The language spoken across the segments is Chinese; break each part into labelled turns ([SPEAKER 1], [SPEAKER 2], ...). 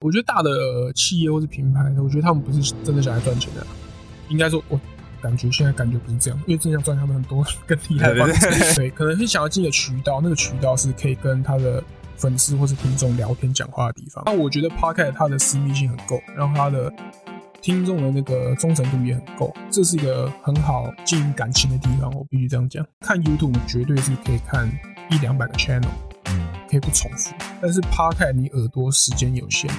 [SPEAKER 1] 我觉得大的、呃企业或是品牌，我觉得他们不是真的想来赚钱的啊、应该说，我感觉现在感觉不是这样，因为真的想赚他们很多 更厉害的方式
[SPEAKER 2] 对对对
[SPEAKER 1] 对，可能是想要进一个渠道，那个渠道是可以跟他的粉丝或是听众聊天讲话的地方。那我觉得 Podcast 它的私密性很够，然后它的听众的那个忠诚度也很够，这是一个很好经营感情的地方，我必须这样讲。看 YouTube 你绝对是可以看一两百个 channel。可以不重复，但是 Podcast 你耳朵时间有限，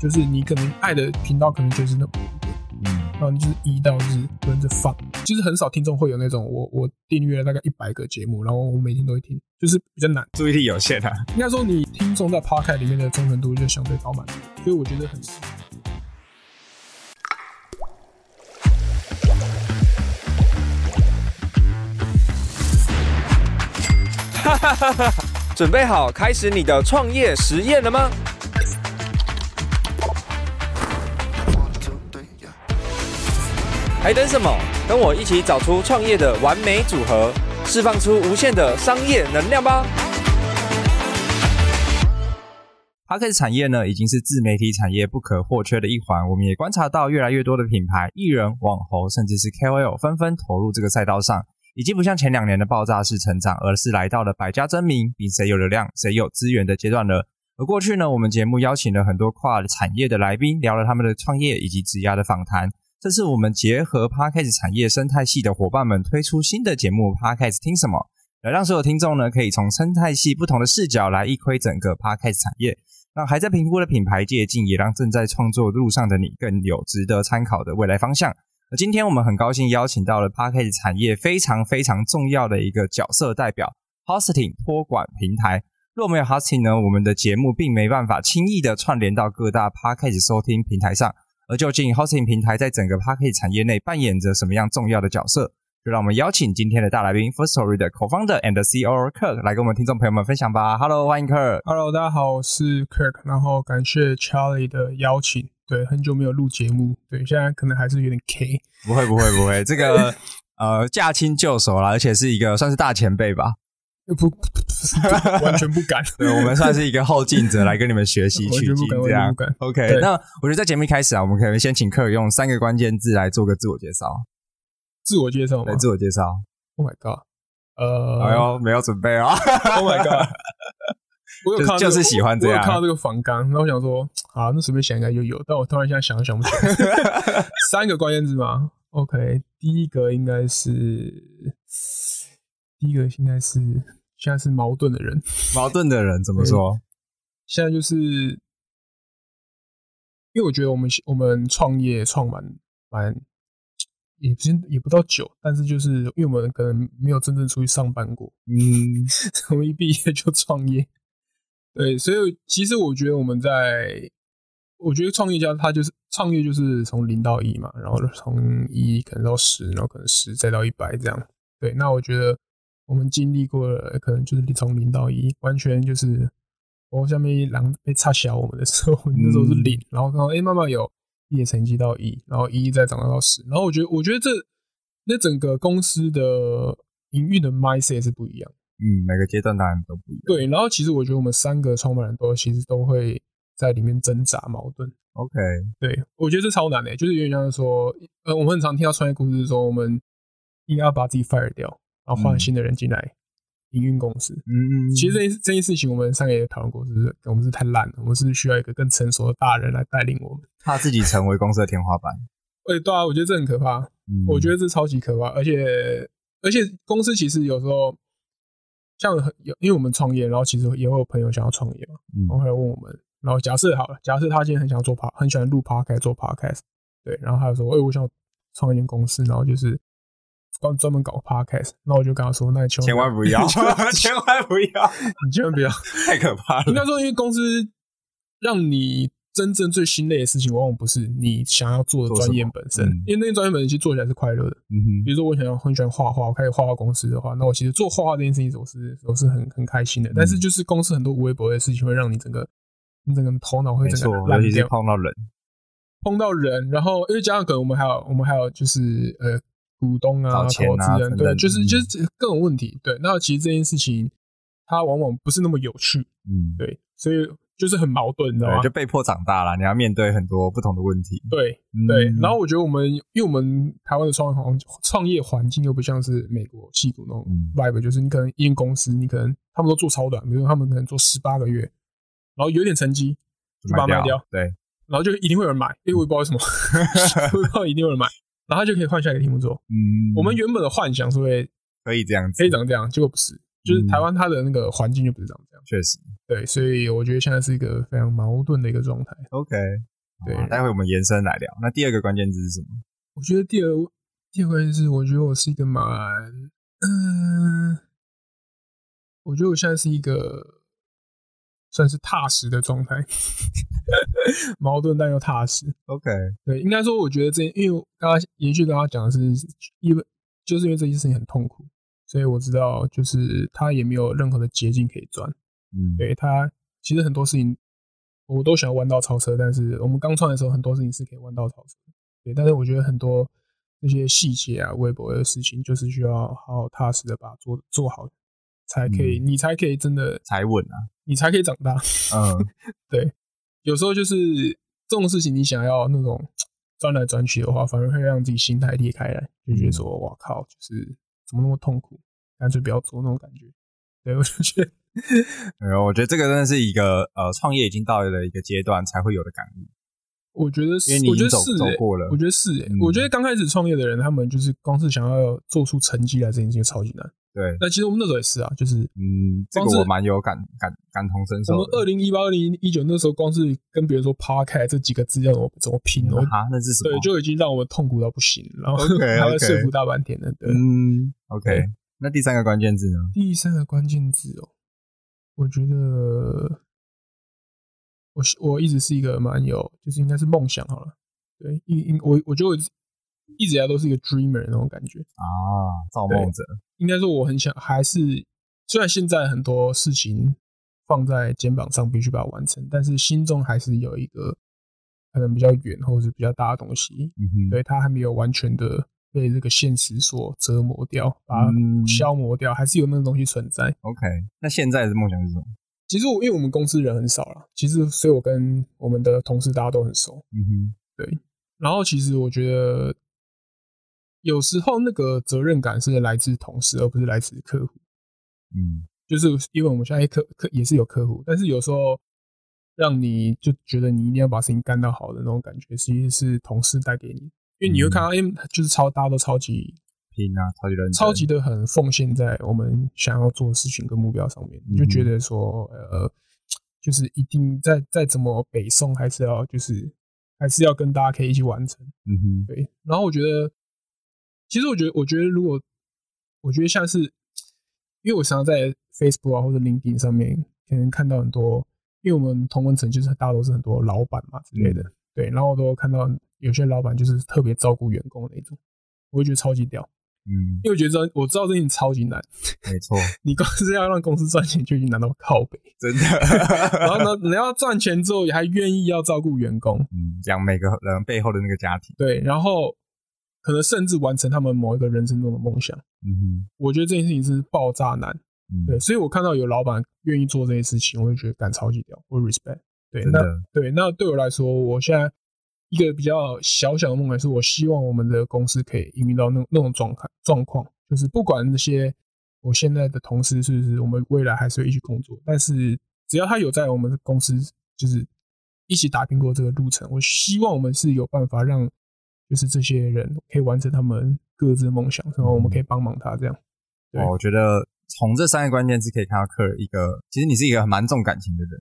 [SPEAKER 1] 就是你可能爱的频道可能就是那五个，
[SPEAKER 2] 嗯
[SPEAKER 1] 然后你就是一到日轮着放，就是很少听众会有那种我我订阅了大概一百个节目，然后我每天都会听，就是比较难。
[SPEAKER 2] 注意力有限啊。
[SPEAKER 1] 应该说你听众在 Podcast 里面的忠诚度就相对高蛮多，所以我觉得很适合。
[SPEAKER 2] 准备好开始你的创业实验了吗？还等什么？跟我一起找出创业的完美组合，释放出无限的商业能量吧！p o d 产业呢，已经是自媒体产业不可或缺的一环。我们也观察到越来越多的品牌、艺人、网红，甚至是 KOL 纷纷投入这个赛道上，已经不像前两年的爆炸式成长，而是来到了百家争鸣，比谁有流量、谁有资源的阶段了。而过去呢，我们节目邀请了很多跨产业的来宾，聊了他们的创业以及职涯的访谈。这次我们结合 Podcast 产业生态系的伙伴们，推出新的节目《Podcast 听什么》，来让所有听众呢，可以从生态系不同的视角来一窥整个 Podcast 产业。让还在评估的品牌借镜，也让正在创作路上的你更有值得参考的未来方向。而今天我们很高兴邀请到了 p a c k a g e 产业非常非常重要的一个角色代表 Hosting 托管平台。若没有 Hosting 呢，我们的节目并没办法轻易的串联到各大 p a c k a g e 收听平台上。而究竟 Hosting 平台在整个 p a c k a g e 产业内扮演着什么样重要的角色？就让我们邀请今天的大来宾 First Story 的 Co-founder and CEO Kirk 来跟我们听众朋友们分享吧。Hello，欢迎 Kirk。
[SPEAKER 1] Hello，大家好，我是 Kirk，然后感谢 Charlie 的邀请。对，很久没有录节目，对，现在可能还是有点 K。
[SPEAKER 2] 不会不会不会，这 个呃驾轻就熟啦，而且是一个算是大前辈吧，
[SPEAKER 1] 不不不不不完全不敢。
[SPEAKER 2] 对我们算是一个后进者来跟你们学习
[SPEAKER 1] 完
[SPEAKER 2] 取
[SPEAKER 1] 全不
[SPEAKER 2] 经
[SPEAKER 1] 敢，
[SPEAKER 2] 这
[SPEAKER 1] 完全不。
[SPEAKER 2] 样
[SPEAKER 1] 敢。
[SPEAKER 2] OK，
[SPEAKER 1] 对
[SPEAKER 2] 那我觉得在节目一开始啊，我们可能先请客人用三个关键字来做个自我介绍，
[SPEAKER 1] 自我介绍吗
[SPEAKER 2] 来自我介绍。
[SPEAKER 1] ？Oh my god！呃，
[SPEAKER 2] 哎呦，没有准备啊！
[SPEAKER 1] ，Oh my god！我有看到这
[SPEAKER 2] 就
[SPEAKER 1] 个
[SPEAKER 2] 就是喜欢这样
[SPEAKER 1] 我有看到这个反纲，然后我想说，啊，那随便想应该就有，但我突然现在想都想不起 来。三个关键字嘛，OK，第一个应该是，第一个应该是现在是矛盾的人，
[SPEAKER 2] 矛盾的人怎么说？
[SPEAKER 1] 现在就是，因为我觉得我们我们创业创蛮蛮，也不是也不到久，但是就是因为我们可能没有真正出去上班过，
[SPEAKER 2] 嗯，
[SPEAKER 1] 我们一 E 毕业就创业，对，所以其实我觉得我们在，我觉得创业家他就是创业就是从零到一嘛，然后从一可能到十，然后可能十再到一百这样。对，那我觉得我们经历过了，可能就是从零到一，完全就是我下面一狼被插小我们的时候， 我们那时候是零，然后然后哎慢慢有一的成绩到一，然后一再长大到十，然后我觉得我觉得这那整个公司的营运的 mindset 是不一样的。
[SPEAKER 2] 嗯，每个阶段当然都不一样。
[SPEAKER 1] 对，然后其实我觉得我们三个创办人都其实都会在里面挣扎矛盾。
[SPEAKER 2] OK，
[SPEAKER 1] 对我觉得这超难的、欸就是有点像是说，呃，我们很常听到创业故事是说，我们应该要把自己 fire 掉，然后换
[SPEAKER 2] 嗯
[SPEAKER 1] 新的人进来营运公司。
[SPEAKER 2] 嗯，
[SPEAKER 1] 其实这件这件事情，我们三个也讨论过，就是我们是太烂了，我们是需要一个更成熟的大人来带领我们。
[SPEAKER 2] 怕自己成为公司的天花板。
[SPEAKER 1] 哎，对啊，我觉得这很可怕。
[SPEAKER 2] 嗯
[SPEAKER 1] 我觉得这超级可怕，而且而且公司其实有时候像很有，因为我们创业，然后其实也会有朋友想要创业嘛，
[SPEAKER 2] 嗯
[SPEAKER 1] 然后会来问我们，然后假设好了，假设他今天很想做 p 很喜欢录 podcast 做 podcast，对，然后他就说，哎、我想创一间公司，然后就是专专门搞 podcast，那我就跟他说，那你千
[SPEAKER 2] 千万不 要，千万千万不要，
[SPEAKER 1] 你千万不要，
[SPEAKER 2] 太可 怕
[SPEAKER 1] 应
[SPEAKER 2] 了。
[SPEAKER 1] 该说，因为公司让你真正最心累的事情，往往不是你想要做的
[SPEAKER 2] 做什
[SPEAKER 1] 专
[SPEAKER 2] 么
[SPEAKER 1] 业本身，
[SPEAKER 2] 嗯
[SPEAKER 1] 因为那些专业本身其实做起来是快乐的。
[SPEAKER 2] 嗯哼
[SPEAKER 1] 比如说我想要很喜欢画画，我开始画画公司的话，那我其实做画画这件事情，我是我是很很开心的。
[SPEAKER 2] 嗯
[SPEAKER 1] 但是就是公司很多无微不微的事情，会让你整个你整个头脑会
[SPEAKER 2] 没
[SPEAKER 1] 整个
[SPEAKER 2] 错，
[SPEAKER 1] 烂
[SPEAKER 2] 尤其是
[SPEAKER 1] 掉，
[SPEAKER 2] 碰到人，
[SPEAKER 1] 碰到人，然后因为加上可能我们还有我们还有就是呃股东啊、
[SPEAKER 2] 找钱
[SPEAKER 1] 投
[SPEAKER 2] 啊
[SPEAKER 1] 资人，
[SPEAKER 2] 等
[SPEAKER 1] 对，
[SPEAKER 2] 等
[SPEAKER 1] 就是
[SPEAKER 2] 嗯
[SPEAKER 1] 就是各种问题。对，那其实这件事情它往往不是那么有趣，
[SPEAKER 2] 嗯，
[SPEAKER 1] 对，所以。就是很矛盾，你知道吗
[SPEAKER 2] 对，就？被迫长大了，你要面对很多不同的问题。
[SPEAKER 1] 对对
[SPEAKER 2] 嗯，
[SPEAKER 1] 然后我觉得我们，因为我们台湾的创业环创业环境又不像是美国戏骨那种
[SPEAKER 2] 嗯
[SPEAKER 1] vibe，就是你可能一间公司，你可能他们都做超短，比如说他们可能做十八个月，然后有点成绩就把它卖掉，
[SPEAKER 2] 对，
[SPEAKER 1] 然后就一定会有人买，因为我也不知道为什么，我也不知道一定有人买，然后他就可以换下一个题目做。
[SPEAKER 2] 嗯，
[SPEAKER 1] 我们原本的幻想是会
[SPEAKER 2] 可以这样子
[SPEAKER 1] 可以，长这样，结果不是，就是
[SPEAKER 2] 嗯
[SPEAKER 1] 台湾它的那个环境就不是长这样。
[SPEAKER 2] 确实
[SPEAKER 1] 对，所以我觉得现在是一个非常矛盾的一个状态。
[SPEAKER 2] OK。
[SPEAKER 1] 对
[SPEAKER 2] 好啊待会我们延伸来聊。那第二个关键字是什么？
[SPEAKER 1] 我觉得第二第二个就是，我觉得我是一个蛮，嗯、我觉得我现在是一个算是踏实的状态， 矛盾但又踏实。
[SPEAKER 2] OK，
[SPEAKER 1] 对，应该说，我觉得这因为我刚刚延续刚刚讲的是，因为就是因为这件事情很痛苦，所以我知道就是他也没有任何的捷径可以钻。
[SPEAKER 2] 嗯，
[SPEAKER 1] 对他，其实很多事情我都想要弯道超车，但是我们刚创业的时候，很多事情是可以弯道超车的。对，但是我觉得很多那些细节啊、微博的事情，就是需要好好踏实的把它做做好，才可以，你才可以真的，
[SPEAKER 2] 才稳 啊。
[SPEAKER 1] 你才可以长大。
[SPEAKER 2] 嗯，
[SPEAKER 1] 有时候就是这种事情，你想要那种钻来钻去的话，反而会让自己心态裂开来，就觉得说，哇靠，就是怎么那么痛苦，干脆不要做那种感觉。对，我就觉得，
[SPEAKER 2] 然后我觉得这个真的是一个呃，创业已经到了一个阶段才会有的感悟，
[SPEAKER 1] 我觉得是，
[SPEAKER 2] 因为你
[SPEAKER 1] 我
[SPEAKER 2] 已
[SPEAKER 1] 觉
[SPEAKER 2] 经
[SPEAKER 1] 得
[SPEAKER 2] 走
[SPEAKER 1] 是、
[SPEAKER 2] 走
[SPEAKER 1] 欸，
[SPEAKER 2] 过了
[SPEAKER 1] 我。觉得是、欸，
[SPEAKER 2] 嗯
[SPEAKER 1] 我觉得刚开始创业的人，他们就是光是想要做出成绩来，这件事情就超级难。
[SPEAKER 2] 对，
[SPEAKER 1] 那其实我们那时候也是啊，就是
[SPEAKER 2] 嗯，这
[SPEAKER 1] 光是
[SPEAKER 2] 个我蛮有感感感同身
[SPEAKER 1] 我
[SPEAKER 2] 受
[SPEAKER 1] 们
[SPEAKER 2] 的。
[SPEAKER 1] 二零一八、二零一九那时候，光是跟别人说 “park” 这几个字要怎么怎么拼，我
[SPEAKER 2] 啊，那是什么？
[SPEAKER 1] 对就已经让我们痛苦到不行，然后
[SPEAKER 2] OK，OK
[SPEAKER 1] 还要说服大半天了。对，
[SPEAKER 2] 嗯，OK
[SPEAKER 1] 对。
[SPEAKER 2] 那第三个关键字呢？
[SPEAKER 1] 第三个关键字哦，我觉得我是我一直是一个蛮有，就是应该是梦想好了。对，一一我我觉得我一直以来都是一个 dreamer 那种感觉。
[SPEAKER 2] 啊，造梦者。
[SPEAKER 1] 应该说我很想，还是虽然现在很多事情放在肩膀上必须把它完成，但是心中还是有一个可能比较远或者是比较大的东西，
[SPEAKER 2] 嗯哼，
[SPEAKER 1] 对它还没有完全的被这个现实所折磨掉，把它
[SPEAKER 2] 嗯
[SPEAKER 1] 消磨掉，还是有那个东西存在。
[SPEAKER 2] OK，那现在的梦想是什么？
[SPEAKER 1] 其实我因为我们公司人很少了，其实所以我跟我们的同事大家都很熟，
[SPEAKER 2] 嗯哼，
[SPEAKER 1] 然后其实我觉得有时候那个责任感是来自同事，而不是来自客户。
[SPEAKER 2] 嗯，
[SPEAKER 1] 就是因为我们现在客客也是有客户，但是有时候让你就觉得你一定要把事情干到好的那种感觉，其实是同事带给你，因为你会看到，哎、就是超大家都超级
[SPEAKER 2] 拼啊，超级认真，
[SPEAKER 1] 超级的很奉献在我们想要做的事情跟目标上面，
[SPEAKER 2] 嗯
[SPEAKER 1] 你就觉得说，呃，就是一定再再怎么北宋，还是要就是还是要跟大家可以一起完成。
[SPEAKER 2] 嗯哼，
[SPEAKER 1] 对，然后我觉得，其实我觉得，我觉得如果我觉得像是，因为我常常在 Facebook 啊或者 LinkedIn 上面，可能看到很多，因为我们同文层就是大家都是很多老板嘛之类的，对，然后我都有看到有些老板就是特别照顾员工的那种，我会觉得超级屌，
[SPEAKER 2] 嗯，
[SPEAKER 1] 因为我觉得我知道这件事情超级难，
[SPEAKER 2] 没错，
[SPEAKER 1] 你光是要让公司赚钱就已经难到靠北，
[SPEAKER 2] 真的。
[SPEAKER 1] 然后呢，你要赚钱之后还愿意要照顾员工，
[SPEAKER 2] 嗯，讲每个人背后的那个家庭。
[SPEAKER 1] 对，然后可能甚至完成他们某一个人生中的梦想。
[SPEAKER 2] 嗯
[SPEAKER 1] 我觉得这件事情是爆炸难，
[SPEAKER 2] 哼，
[SPEAKER 1] 对，，所以我看到有老板愿意做这件事情，我就觉得干超级屌，我 respect。对，
[SPEAKER 2] 真
[SPEAKER 1] 那
[SPEAKER 2] 的，
[SPEAKER 1] 对那对我来说，我现在一个比较小小的梦想是，我希望我们的公司可以营运到那那种状态状况，就是不管那些我现在的同事是不是我们未来还是会一起工作，但是只要他有在我们的公司就是一起打拼过这个路程，我希望我们是有办法让就是这些人可以完成他们各自的梦想，然后我们可以帮忙他这样。对
[SPEAKER 2] 哦我觉得从这三个关键字可以看到克尔一个，其实你是一个蛮重感情的人，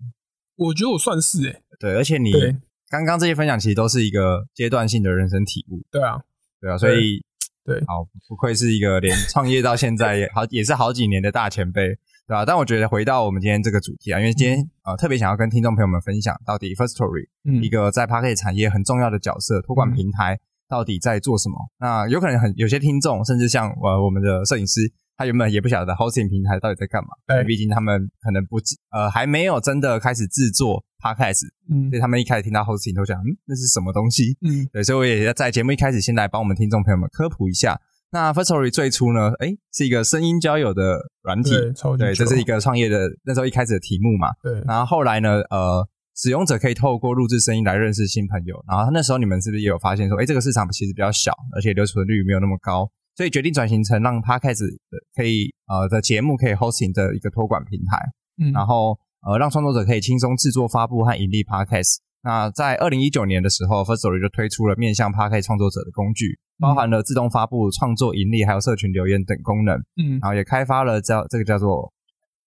[SPEAKER 1] 我觉得我算是哎、
[SPEAKER 2] 对，而且你
[SPEAKER 1] 对
[SPEAKER 2] 刚刚这些分享其实都是一个阶段性的人生体悟，
[SPEAKER 1] 对啊，
[SPEAKER 2] 对啊，所以
[SPEAKER 1] 对
[SPEAKER 2] 好不愧是一个连创业到现在也 好也是好几年的大前辈，对吧、但我觉得回到我们今天这个主题啊，因为今天呃特别想要跟听众朋友们分享，到底 First Story
[SPEAKER 1] 嗯
[SPEAKER 2] 一个在 p a c k e t 产业很重要的角色，托管
[SPEAKER 1] 嗯
[SPEAKER 2] 平台到底在做什么？那有可能很有些听众，甚至像呃我们的摄影师，他原本也不晓得 hosting 平台到底在干嘛，
[SPEAKER 1] 对
[SPEAKER 2] 毕竟他们可能不知呃还没有真的开始制作 podcast，
[SPEAKER 1] 嗯
[SPEAKER 2] 所以他们一开始听到 hosting 都想嗯那是什么东西？
[SPEAKER 1] 嗯
[SPEAKER 2] 对，所以我也在节目一开始先来帮我们听众朋友们科普一下那 Firstory 最初呢，哎，是一个声音交友的软体，
[SPEAKER 1] 对，超级
[SPEAKER 2] 对，这是一
[SPEAKER 1] 个
[SPEAKER 2] 个创业的那时候一开始的题目嘛。
[SPEAKER 1] 对
[SPEAKER 2] 然后后来呢，呃，使用者可以透过录制声音来认识新朋友。然后那时候你们是不是也有发现说，哎，这个市场其实比较小，而且留存率没有那么高，所以决定转型成让 Podcast 的可以呃的节目可以 hosting 的一个托管平台，
[SPEAKER 1] 嗯
[SPEAKER 2] 然后呃让创作者可以轻松制作、发布和盈利 Podcast。那在二零一九年的时候，Firstory 就推出了面向 Podcast 创作者的工具，包含了自动发布、创作盈利，还有社群留言等功能。
[SPEAKER 1] 嗯，
[SPEAKER 2] 然后也开发了叫这个叫做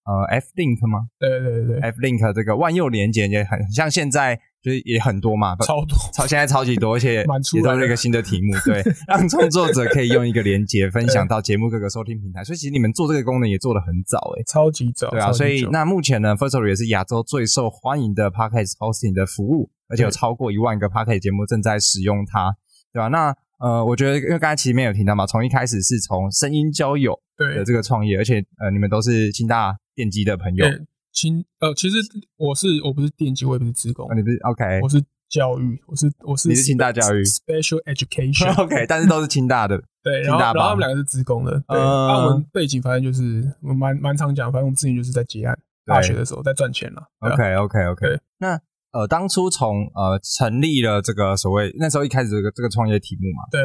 [SPEAKER 2] 呃 F Link 吗
[SPEAKER 1] 对对对对，
[SPEAKER 2] ？F Link 这个万用连接也很像现在就是也很多嘛，
[SPEAKER 1] 超多，
[SPEAKER 2] 超现在超级多，而 且
[SPEAKER 1] 蛮出
[SPEAKER 2] 也
[SPEAKER 1] 来的
[SPEAKER 2] 都是一个新的题目， 对，让创作者可以用一个连接分享到节目各个收听平台，所以其实你们做这个功能也做得很早诶、
[SPEAKER 1] 超级早，
[SPEAKER 2] 对啊，
[SPEAKER 1] 超级
[SPEAKER 2] 所以
[SPEAKER 1] 久
[SPEAKER 2] 那目前呢，Firstory 也是亚洲最受欢迎的 Podcast hosting 的服务，而且有超过一万个 Podcast 节目正在使用它，对吧、那呃，我觉得因为刚才其实没有提到嘛，从一开始是从声音交友的
[SPEAKER 1] 对
[SPEAKER 2] 这个创业，而且呃，你们都是清大电机的朋友，
[SPEAKER 1] 对，其呃，其实我是我不是电机，我也不是职工
[SPEAKER 2] 呃那，你不是 OK
[SPEAKER 1] 我是教育，我是我是
[SPEAKER 2] 你是清大教育
[SPEAKER 1] special education，
[SPEAKER 2] OK，但是都是清大的，
[SPEAKER 1] 对，
[SPEAKER 2] 清
[SPEAKER 1] 然后
[SPEAKER 2] 大
[SPEAKER 1] 然后
[SPEAKER 2] 吧
[SPEAKER 1] 他们两个是职工的，对，啊
[SPEAKER 2] 嗯
[SPEAKER 1] 那我们背景反正就是我们蛮蛮常讲，反正我们自己就是在结案，大
[SPEAKER 2] 对
[SPEAKER 1] 学的时候在赚钱了。对啊
[SPEAKER 2] OK OK OK
[SPEAKER 1] 对。
[SPEAKER 2] 那呃，当初从呃成立了这个所谓那时候一开始这个这个创业题目嘛，
[SPEAKER 1] 对，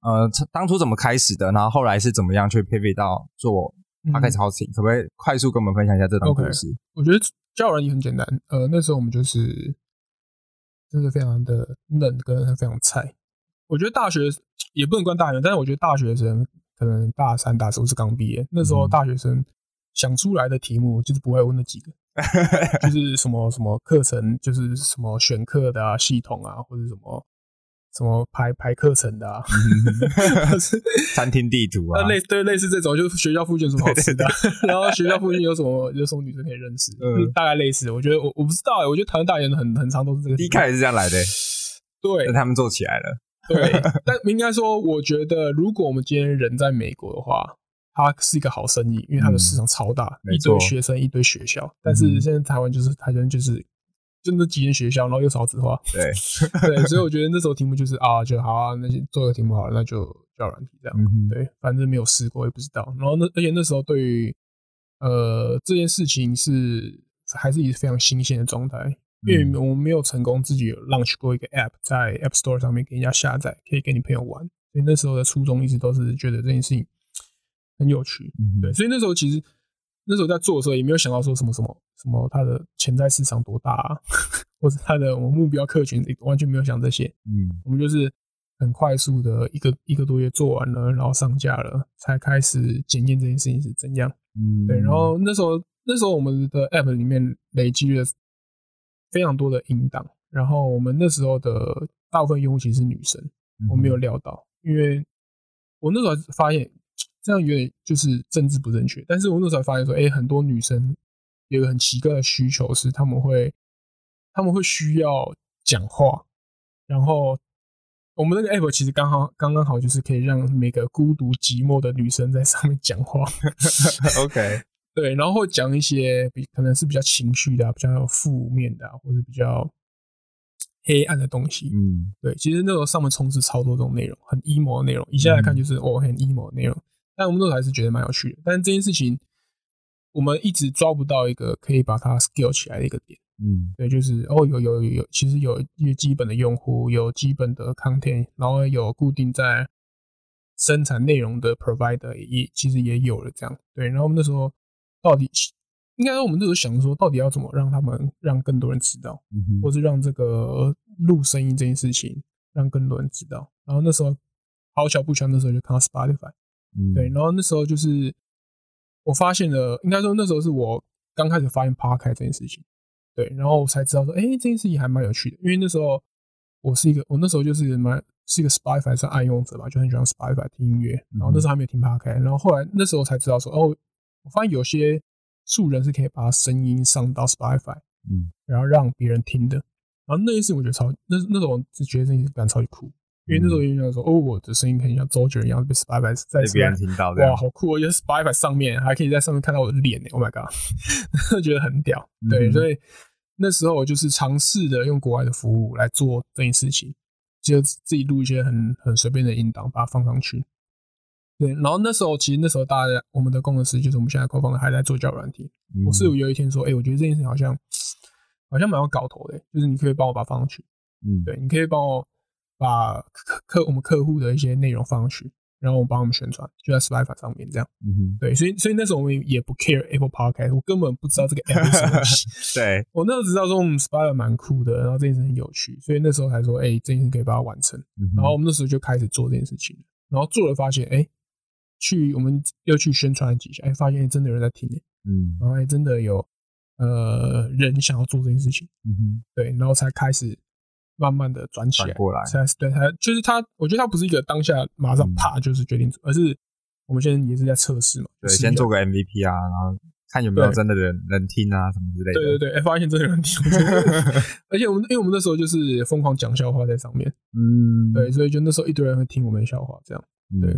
[SPEAKER 2] 呃，从当初怎么开始的，然后后来是怎么样去 pivot 到做
[SPEAKER 1] 嗯
[SPEAKER 2] Podcast hosting，、可不可以快速跟我们分享一下这段故事？
[SPEAKER 1] 我觉得教人也很简单。呃，那时候我们就是真的非常的嫩，跟非常菜。我觉得大学也不能关大学，但是我觉得大学生可能大三、大四或是刚毕业，那时候
[SPEAKER 2] 嗯
[SPEAKER 1] 大学生想出来的题目就是不外乎那几个，就是什么什么课程，就是什么选课的啊、系统啊，或者什么什么排排课程的啊， 是
[SPEAKER 2] 餐厅地图啊
[SPEAKER 1] 那，呃类对类似这种，就是学校附近有什么好吃的啊， 然后学校附近有什么有什么女生可以认识，
[SPEAKER 2] 嗯
[SPEAKER 1] 嗯，大概类似。我觉得我我不知道欸，我觉得台湾大学很很常都是这个。
[SPEAKER 2] 第一开始是这样来的、
[SPEAKER 1] 对
[SPEAKER 2] 那他们做起来了。
[SPEAKER 1] 对， 但应该说，我觉得如果我们今天人在美国的话，它是一个好生意，因为它的市场超大，
[SPEAKER 2] 嗯没
[SPEAKER 1] 一堆
[SPEAKER 2] 错嗯
[SPEAKER 1] 学生，一堆学校。但是现在台湾就是台湾就是就那几间学校，然后又少子化，
[SPEAKER 2] 对，
[SPEAKER 1] 对，所以我觉得那时候题目就是啊，就好啊，那就做个题目好了，那就叫软体这样。
[SPEAKER 2] 嗯哼，
[SPEAKER 1] 对，反正没有试过，也不知道。然后那而且那时候对于呃这件事情是还是以非常新鲜的状态，因为我们没有成功自己有 launch 过一个 app 在 App Store 上面给人家下载，可以给你朋友玩。所以那时候的初衷一直都是觉得这件事情很有趣，
[SPEAKER 2] 嗯
[SPEAKER 1] 对，所以那时候其实那时候在做的时候也没有想到说什么什么什么它的潜在市场多大、啊， 或者它的我们目标客群完全没有想这些，
[SPEAKER 2] 嗯
[SPEAKER 1] 我们就是很快速的一个一个多月做完了，然后上架了，才开始检验这件事情是怎样。
[SPEAKER 2] 嗯，
[SPEAKER 1] 对，然后那时候那时候我们的 App 里面累积了非常多的音档，然后我们那时候的大部分用户其实是女生，
[SPEAKER 2] 嗯
[SPEAKER 1] 我没有料到，因为我那时候还发现这样有点就是政治不正确，但是我那时候还发现说，哎、很多女生有一个很奇怪的需求是，他们会他们会需要讲话，然后我们那个 app 其实刚好刚刚好就是可以让每个孤独寂寞的女生在上面讲话，
[SPEAKER 2] OK，
[SPEAKER 1] 对，然后会讲一些比可能是比较情绪的啊、比较负面的啊、或者比较黑暗的东西，
[SPEAKER 2] 嗯
[SPEAKER 1] 对，其实那时候上面充斥超多这种内容，很 emo 的内容。以现在来看就是、哦，很 emo 的内容，但我们那时候还是觉得蛮有趣的。但是这件事情，我们一直抓不到一个可以把它 scale 起来的一个点。
[SPEAKER 2] 嗯
[SPEAKER 1] 对，就是哦，有有有有，其实有一些基本的用户，有基本的 content，然后有固定在生产内容的 provider 也其实也有了这样。对，然后我们那时候到底应该说我们那时候想说，到底要怎么让他们让更多人知道。
[SPEAKER 2] 嗯哼
[SPEAKER 1] 或是让这个录声音这件事情让更多人知道。然后那时候好巧不巧，那时候就看到 Spotify，
[SPEAKER 2] 嗯
[SPEAKER 1] 对，然后那时候就是我发现了，应该说那时候是我刚开始发现 Podcast 这件事情，对，然后我才知道说，哎、这件事情还蛮有趣的，因为那时候我是一个，我那时候就是蛮是一个 Spotify 上爱用者吧，就很喜欢 Spotify 听音乐，然后那时候还没有听 Podcast，然后后来那时候才知道说，哦，我发现有些素人是可以把声音上到 Spotify，
[SPEAKER 2] 嗯，
[SPEAKER 1] 然后让别人听的，然后那件事情我觉得超，那那时候我就觉得这件事感超级酷。因为那时候有点想说，哦，我的声音很像周杰伦一样被 Spotify 在
[SPEAKER 2] 嗯被别人听到这样
[SPEAKER 1] 哇，，好酷、哦！就是 Spotify 上面还可以在上面看到我的脸呢，Oh my god，觉得 很屌。对，
[SPEAKER 2] 嗯哼
[SPEAKER 1] 所以那时候我就是尝试的用国外的服务来做这件事情，就自己录一些很很随便的音档，把它放上去。对，然后那时候其实那时候大家我们的工程师就是我们现在 co 方的还在做交友软体，
[SPEAKER 2] 嗯
[SPEAKER 1] 我室友有一天说，哎、我觉得这件事情好像好像蛮有搞头的、欸就是你可以帮我把它放上去，
[SPEAKER 2] 嗯，
[SPEAKER 1] 对，你可以帮我把客客我们客户的一些内容放上去，然后我帮我们宣传，就在 Spotify 上面这样。
[SPEAKER 2] 嗯哼，
[SPEAKER 1] 对，所以所以那时候我们也不 care Apple Podcast，我根本不知道这个 app 是什么东 西。
[SPEAKER 2] 对，
[SPEAKER 1] 我那时候只知道说我们 Spotify 蛮酷的，然后这件事很有趣，所以那时候才说，哎、这件事可以把它完成。
[SPEAKER 2] 嗯哼
[SPEAKER 1] 然后我们那时候就开始做这件事情，然后做了发现，哎、去我们又去宣传了几下，哎、发现、哎真的有人在听、哎
[SPEAKER 2] 嗯
[SPEAKER 1] 然后还真的有呃人想要做这件事情，
[SPEAKER 2] 嗯哼，
[SPEAKER 1] 对，然后才开始慢慢的转起
[SPEAKER 2] 转
[SPEAKER 1] 来，
[SPEAKER 2] 过来，
[SPEAKER 1] 才对他就是他，我觉得他不是一个当下马上
[SPEAKER 2] 嗯
[SPEAKER 1] 啪就是决定做，而是我们现在也是在测试嘛，
[SPEAKER 2] 对，
[SPEAKER 1] 就是
[SPEAKER 2] 先
[SPEAKER 1] 有
[SPEAKER 2] 做个 MVP 啊，然后看有没有
[SPEAKER 1] 对
[SPEAKER 2] 真的人能听啊什么之类的。
[SPEAKER 1] 对对对，哎发现真的有人 听，我 觉得而且我们因为我们那时候就是疯狂讲笑话在上面，
[SPEAKER 2] 嗯，
[SPEAKER 1] 对，所以就那时候一堆人会听我们的笑话，这样，
[SPEAKER 2] 嗯
[SPEAKER 1] 对，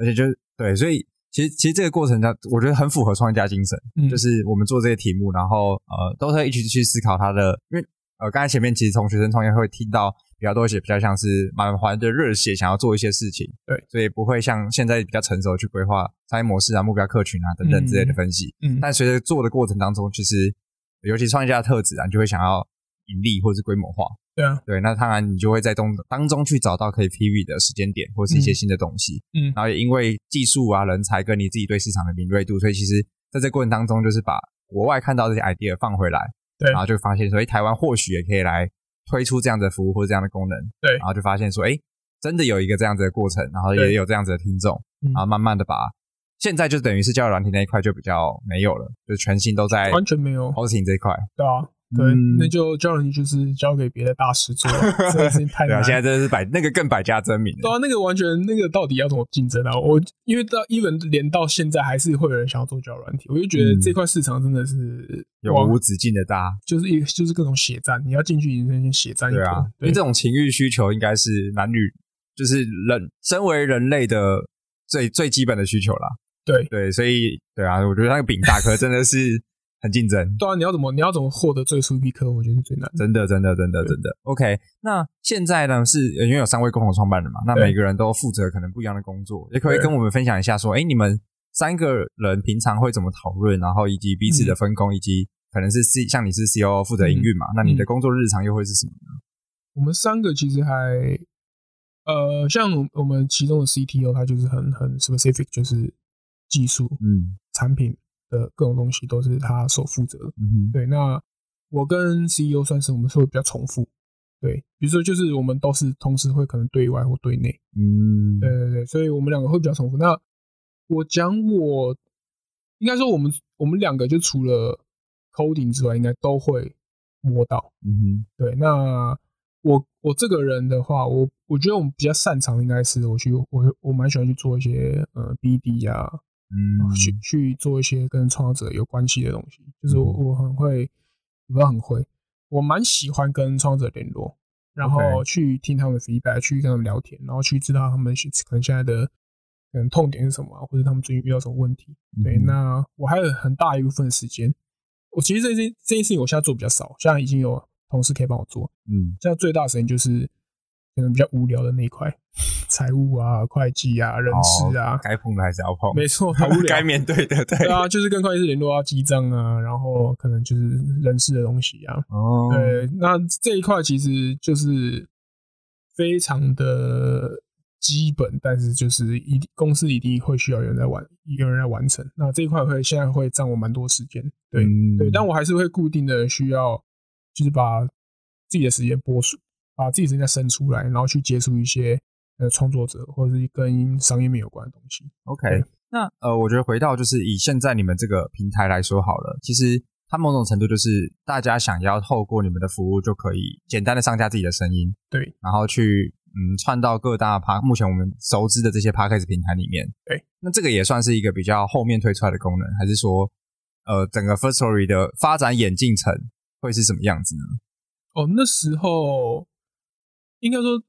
[SPEAKER 2] 而且就是对，所以其实其实这个过程它，我觉得很符合创业家精神，
[SPEAKER 1] 嗯
[SPEAKER 2] 就是我们做这些题目，然后呃，都会一起去思考它的，因为呃，刚才前面其实从学生创业会听到比较多一些比较像是满怀着热血想要做一些事情，
[SPEAKER 1] 对，
[SPEAKER 2] 所以不会像现在比较成熟地去规划商业模式啊、目标客群啊等等之类的
[SPEAKER 1] 嗯
[SPEAKER 2] 分析，
[SPEAKER 1] 嗯，
[SPEAKER 2] 但随着做的过程当中，其实尤其创业家的特质啊，你就会想要盈利或是规模化，
[SPEAKER 1] 对啊，
[SPEAKER 2] 对，那当然你就会在当当中去找到可以 PV 的时间点或是一些
[SPEAKER 1] 嗯
[SPEAKER 2] 新的东西，
[SPEAKER 1] 嗯
[SPEAKER 2] 然后也因为技术啊、人才跟你自己对市场的敏锐度，所以其实在这过程当中，就是把国外看到这些 idea 放回来，
[SPEAKER 1] 对
[SPEAKER 2] 然后就发现说，哎，台湾或许也可以来推出这样的服务或者这样的功能，
[SPEAKER 1] 对
[SPEAKER 2] 然后就发现说，哎，真的有一个这样子的过程，然后也
[SPEAKER 1] 对
[SPEAKER 2] 有这样子的听众，
[SPEAKER 1] 嗯
[SPEAKER 2] 然后慢慢的把现在就等于是交友软体那一块就比较没有了，就全心都在
[SPEAKER 1] 完全没有，
[SPEAKER 2] hosting 这一块，
[SPEAKER 1] 对啊，对
[SPEAKER 2] 嗯，
[SPEAKER 1] 那就交人就是交给别的大师做 了，这件事情太
[SPEAKER 2] 对啊，
[SPEAKER 1] 难
[SPEAKER 2] 现在真的是百那个更百家争鸣了，
[SPEAKER 1] 对啊，那个完全那个到底要怎么竞争啊？我因为到 even 连到现在还是会有人想要做交友软体，我就觉得
[SPEAKER 2] 嗯
[SPEAKER 1] 这块市场真的是
[SPEAKER 2] 有
[SPEAKER 1] 哇
[SPEAKER 2] 无止境的搭，
[SPEAKER 1] 就是一就是各种血战，你要进去你先先血战一波
[SPEAKER 2] 对啊，因
[SPEAKER 1] 对
[SPEAKER 2] 为这种情欲需求应该是男女，就是人身为人类的最最基本的需求啦。
[SPEAKER 1] 对
[SPEAKER 2] 对，所以对啊，我觉得那个饼大哥真的是很竞 争，
[SPEAKER 1] 对啊，你要怎么你要怎么获得最初一批客户，我觉得是最难的。
[SPEAKER 2] 真的，真的，真的，
[SPEAKER 1] 对
[SPEAKER 2] 真的。OK，那现在呢是因为有三位共同创办人嘛，那
[SPEAKER 1] 对
[SPEAKER 2] 每个人都负责可能不一样的工作，也可以
[SPEAKER 1] 对
[SPEAKER 2] 跟我们分享一下说，哎，你们三个人平常会怎么讨论，然后以及彼此
[SPEAKER 1] 嗯
[SPEAKER 2] 的分工，以及可能是 C 像你是 COO 负责营运嘛，那你的工作日常又会是什么？
[SPEAKER 1] 我们三个其实还呃，像我我们其中的 CTO 他就是很很 specific，就是技术、
[SPEAKER 2] 嗯
[SPEAKER 1] 产品的各种东西都是他所负责的。
[SPEAKER 2] 嗯哼
[SPEAKER 1] 对，那我跟 CEO 算是我们是会比较重复，对，比如说就是我们都是同时会可能对外或对内，
[SPEAKER 2] 嗯
[SPEAKER 1] 对对对，所以我们两个会比较重复。那我讲我应该说我们我们两个就除了 coding 之外，应该都会摸到。
[SPEAKER 2] 嗯哼。
[SPEAKER 1] 对，那我我这个人的话，我我觉得我们比较擅长应该是我去我我蛮喜欢去做一些呃 BD 啊，
[SPEAKER 2] 嗯
[SPEAKER 1] 去去做一些跟创作者有关系的东西。就是
[SPEAKER 2] 嗯
[SPEAKER 1] 我我很会，我不要很会，我蛮喜欢跟创作者联络，然后
[SPEAKER 2] OK
[SPEAKER 1] 去听他们的 feedback，去跟他们聊天，然后去知道他们是可能现在的可能痛点是什么啊、或者他们最近遇到什么问题。对，
[SPEAKER 2] 嗯
[SPEAKER 1] 那我还有很大一部分时间，我其实这件这件事情我现在做比较少，现在已经有同事可以帮我做，
[SPEAKER 2] 嗯
[SPEAKER 1] 现在最大的时间就是。可能比较无聊的那一块，财务啊、会计啊、人事啊
[SPEAKER 2] 好，哦该碰的还是要碰，
[SPEAKER 1] 没错，好无聊
[SPEAKER 2] 该。面对的对
[SPEAKER 1] 对啊，就是跟会计师联络啊、记账啊，然后可能就是人事的东西啊。
[SPEAKER 2] 哦，
[SPEAKER 1] 对，那这一块其实就是非常的基本，但是就是一定公司一定会需要有人在完，有人来完成。那这一块会现在会占我蛮多时间，对、
[SPEAKER 2] 嗯
[SPEAKER 1] 对，但我还是会固定的需要，就是把自己的时间拨出，把自己的时间生出来，然后去接触一些呃创作者或者是跟商业面有关的东西。
[SPEAKER 2] OK，那呃，我觉得回到就是以现在你们这个平台来说好了，其实它某种程度就是大家想要透过你们的服务就可以简单的上架自己的声音，
[SPEAKER 1] 对，
[SPEAKER 2] 然后去嗯串到各大趴目前我们熟知的这些 p a c k a g e 平台里面，
[SPEAKER 1] 对，
[SPEAKER 2] 那这个也算是一个比较后面推出来的功能，还是说呃整个 First Story 的发展演进程会是什么样子呢？
[SPEAKER 1] 哦，那时候应该说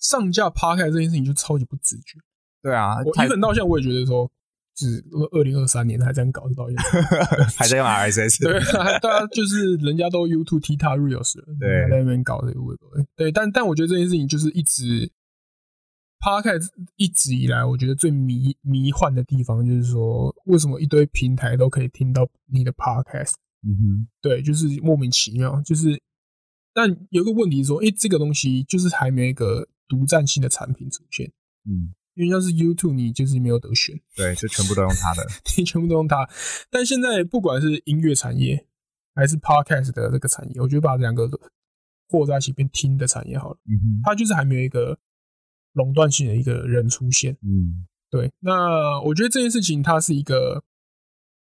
[SPEAKER 1] 上架趴开这件事情就超级不自觉。
[SPEAKER 2] 对啊，
[SPEAKER 1] 我
[SPEAKER 2] 太
[SPEAKER 1] 一本到现在我也觉得说，就是二零二三年还这样搞，到现在
[SPEAKER 2] 还在用 RSS，
[SPEAKER 1] 对，大家就是人家都 YouTube、TikTok、Reels 了，
[SPEAKER 2] 对
[SPEAKER 1] 还在那边搞这个微博。对，但但我觉得这件事情就是一直 Podcast 一直以来，我觉得最迷迷幻的地方就是说，为什么一堆平台都可以听到你的 Podcast？
[SPEAKER 2] 嗯
[SPEAKER 1] 对，就是莫名其妙。就是，但有一个问题是说，诶，这个东西就是还没有一个独占性的产品出现。
[SPEAKER 2] 哼，嗯，
[SPEAKER 1] 因为像是 YouTube，你就是没有得选，
[SPEAKER 2] 对，就全部都用它的，
[SPEAKER 1] 你全部都用它。但现在不管是音乐产业还是 Podcast 的这个产业，我觉得把两个和在一起变听的产业好了，
[SPEAKER 2] 嗯哼，
[SPEAKER 1] 它就是还没有一个垄断性的一个人出现。
[SPEAKER 2] 嗯
[SPEAKER 1] 对，那我觉得这件事情它是一个，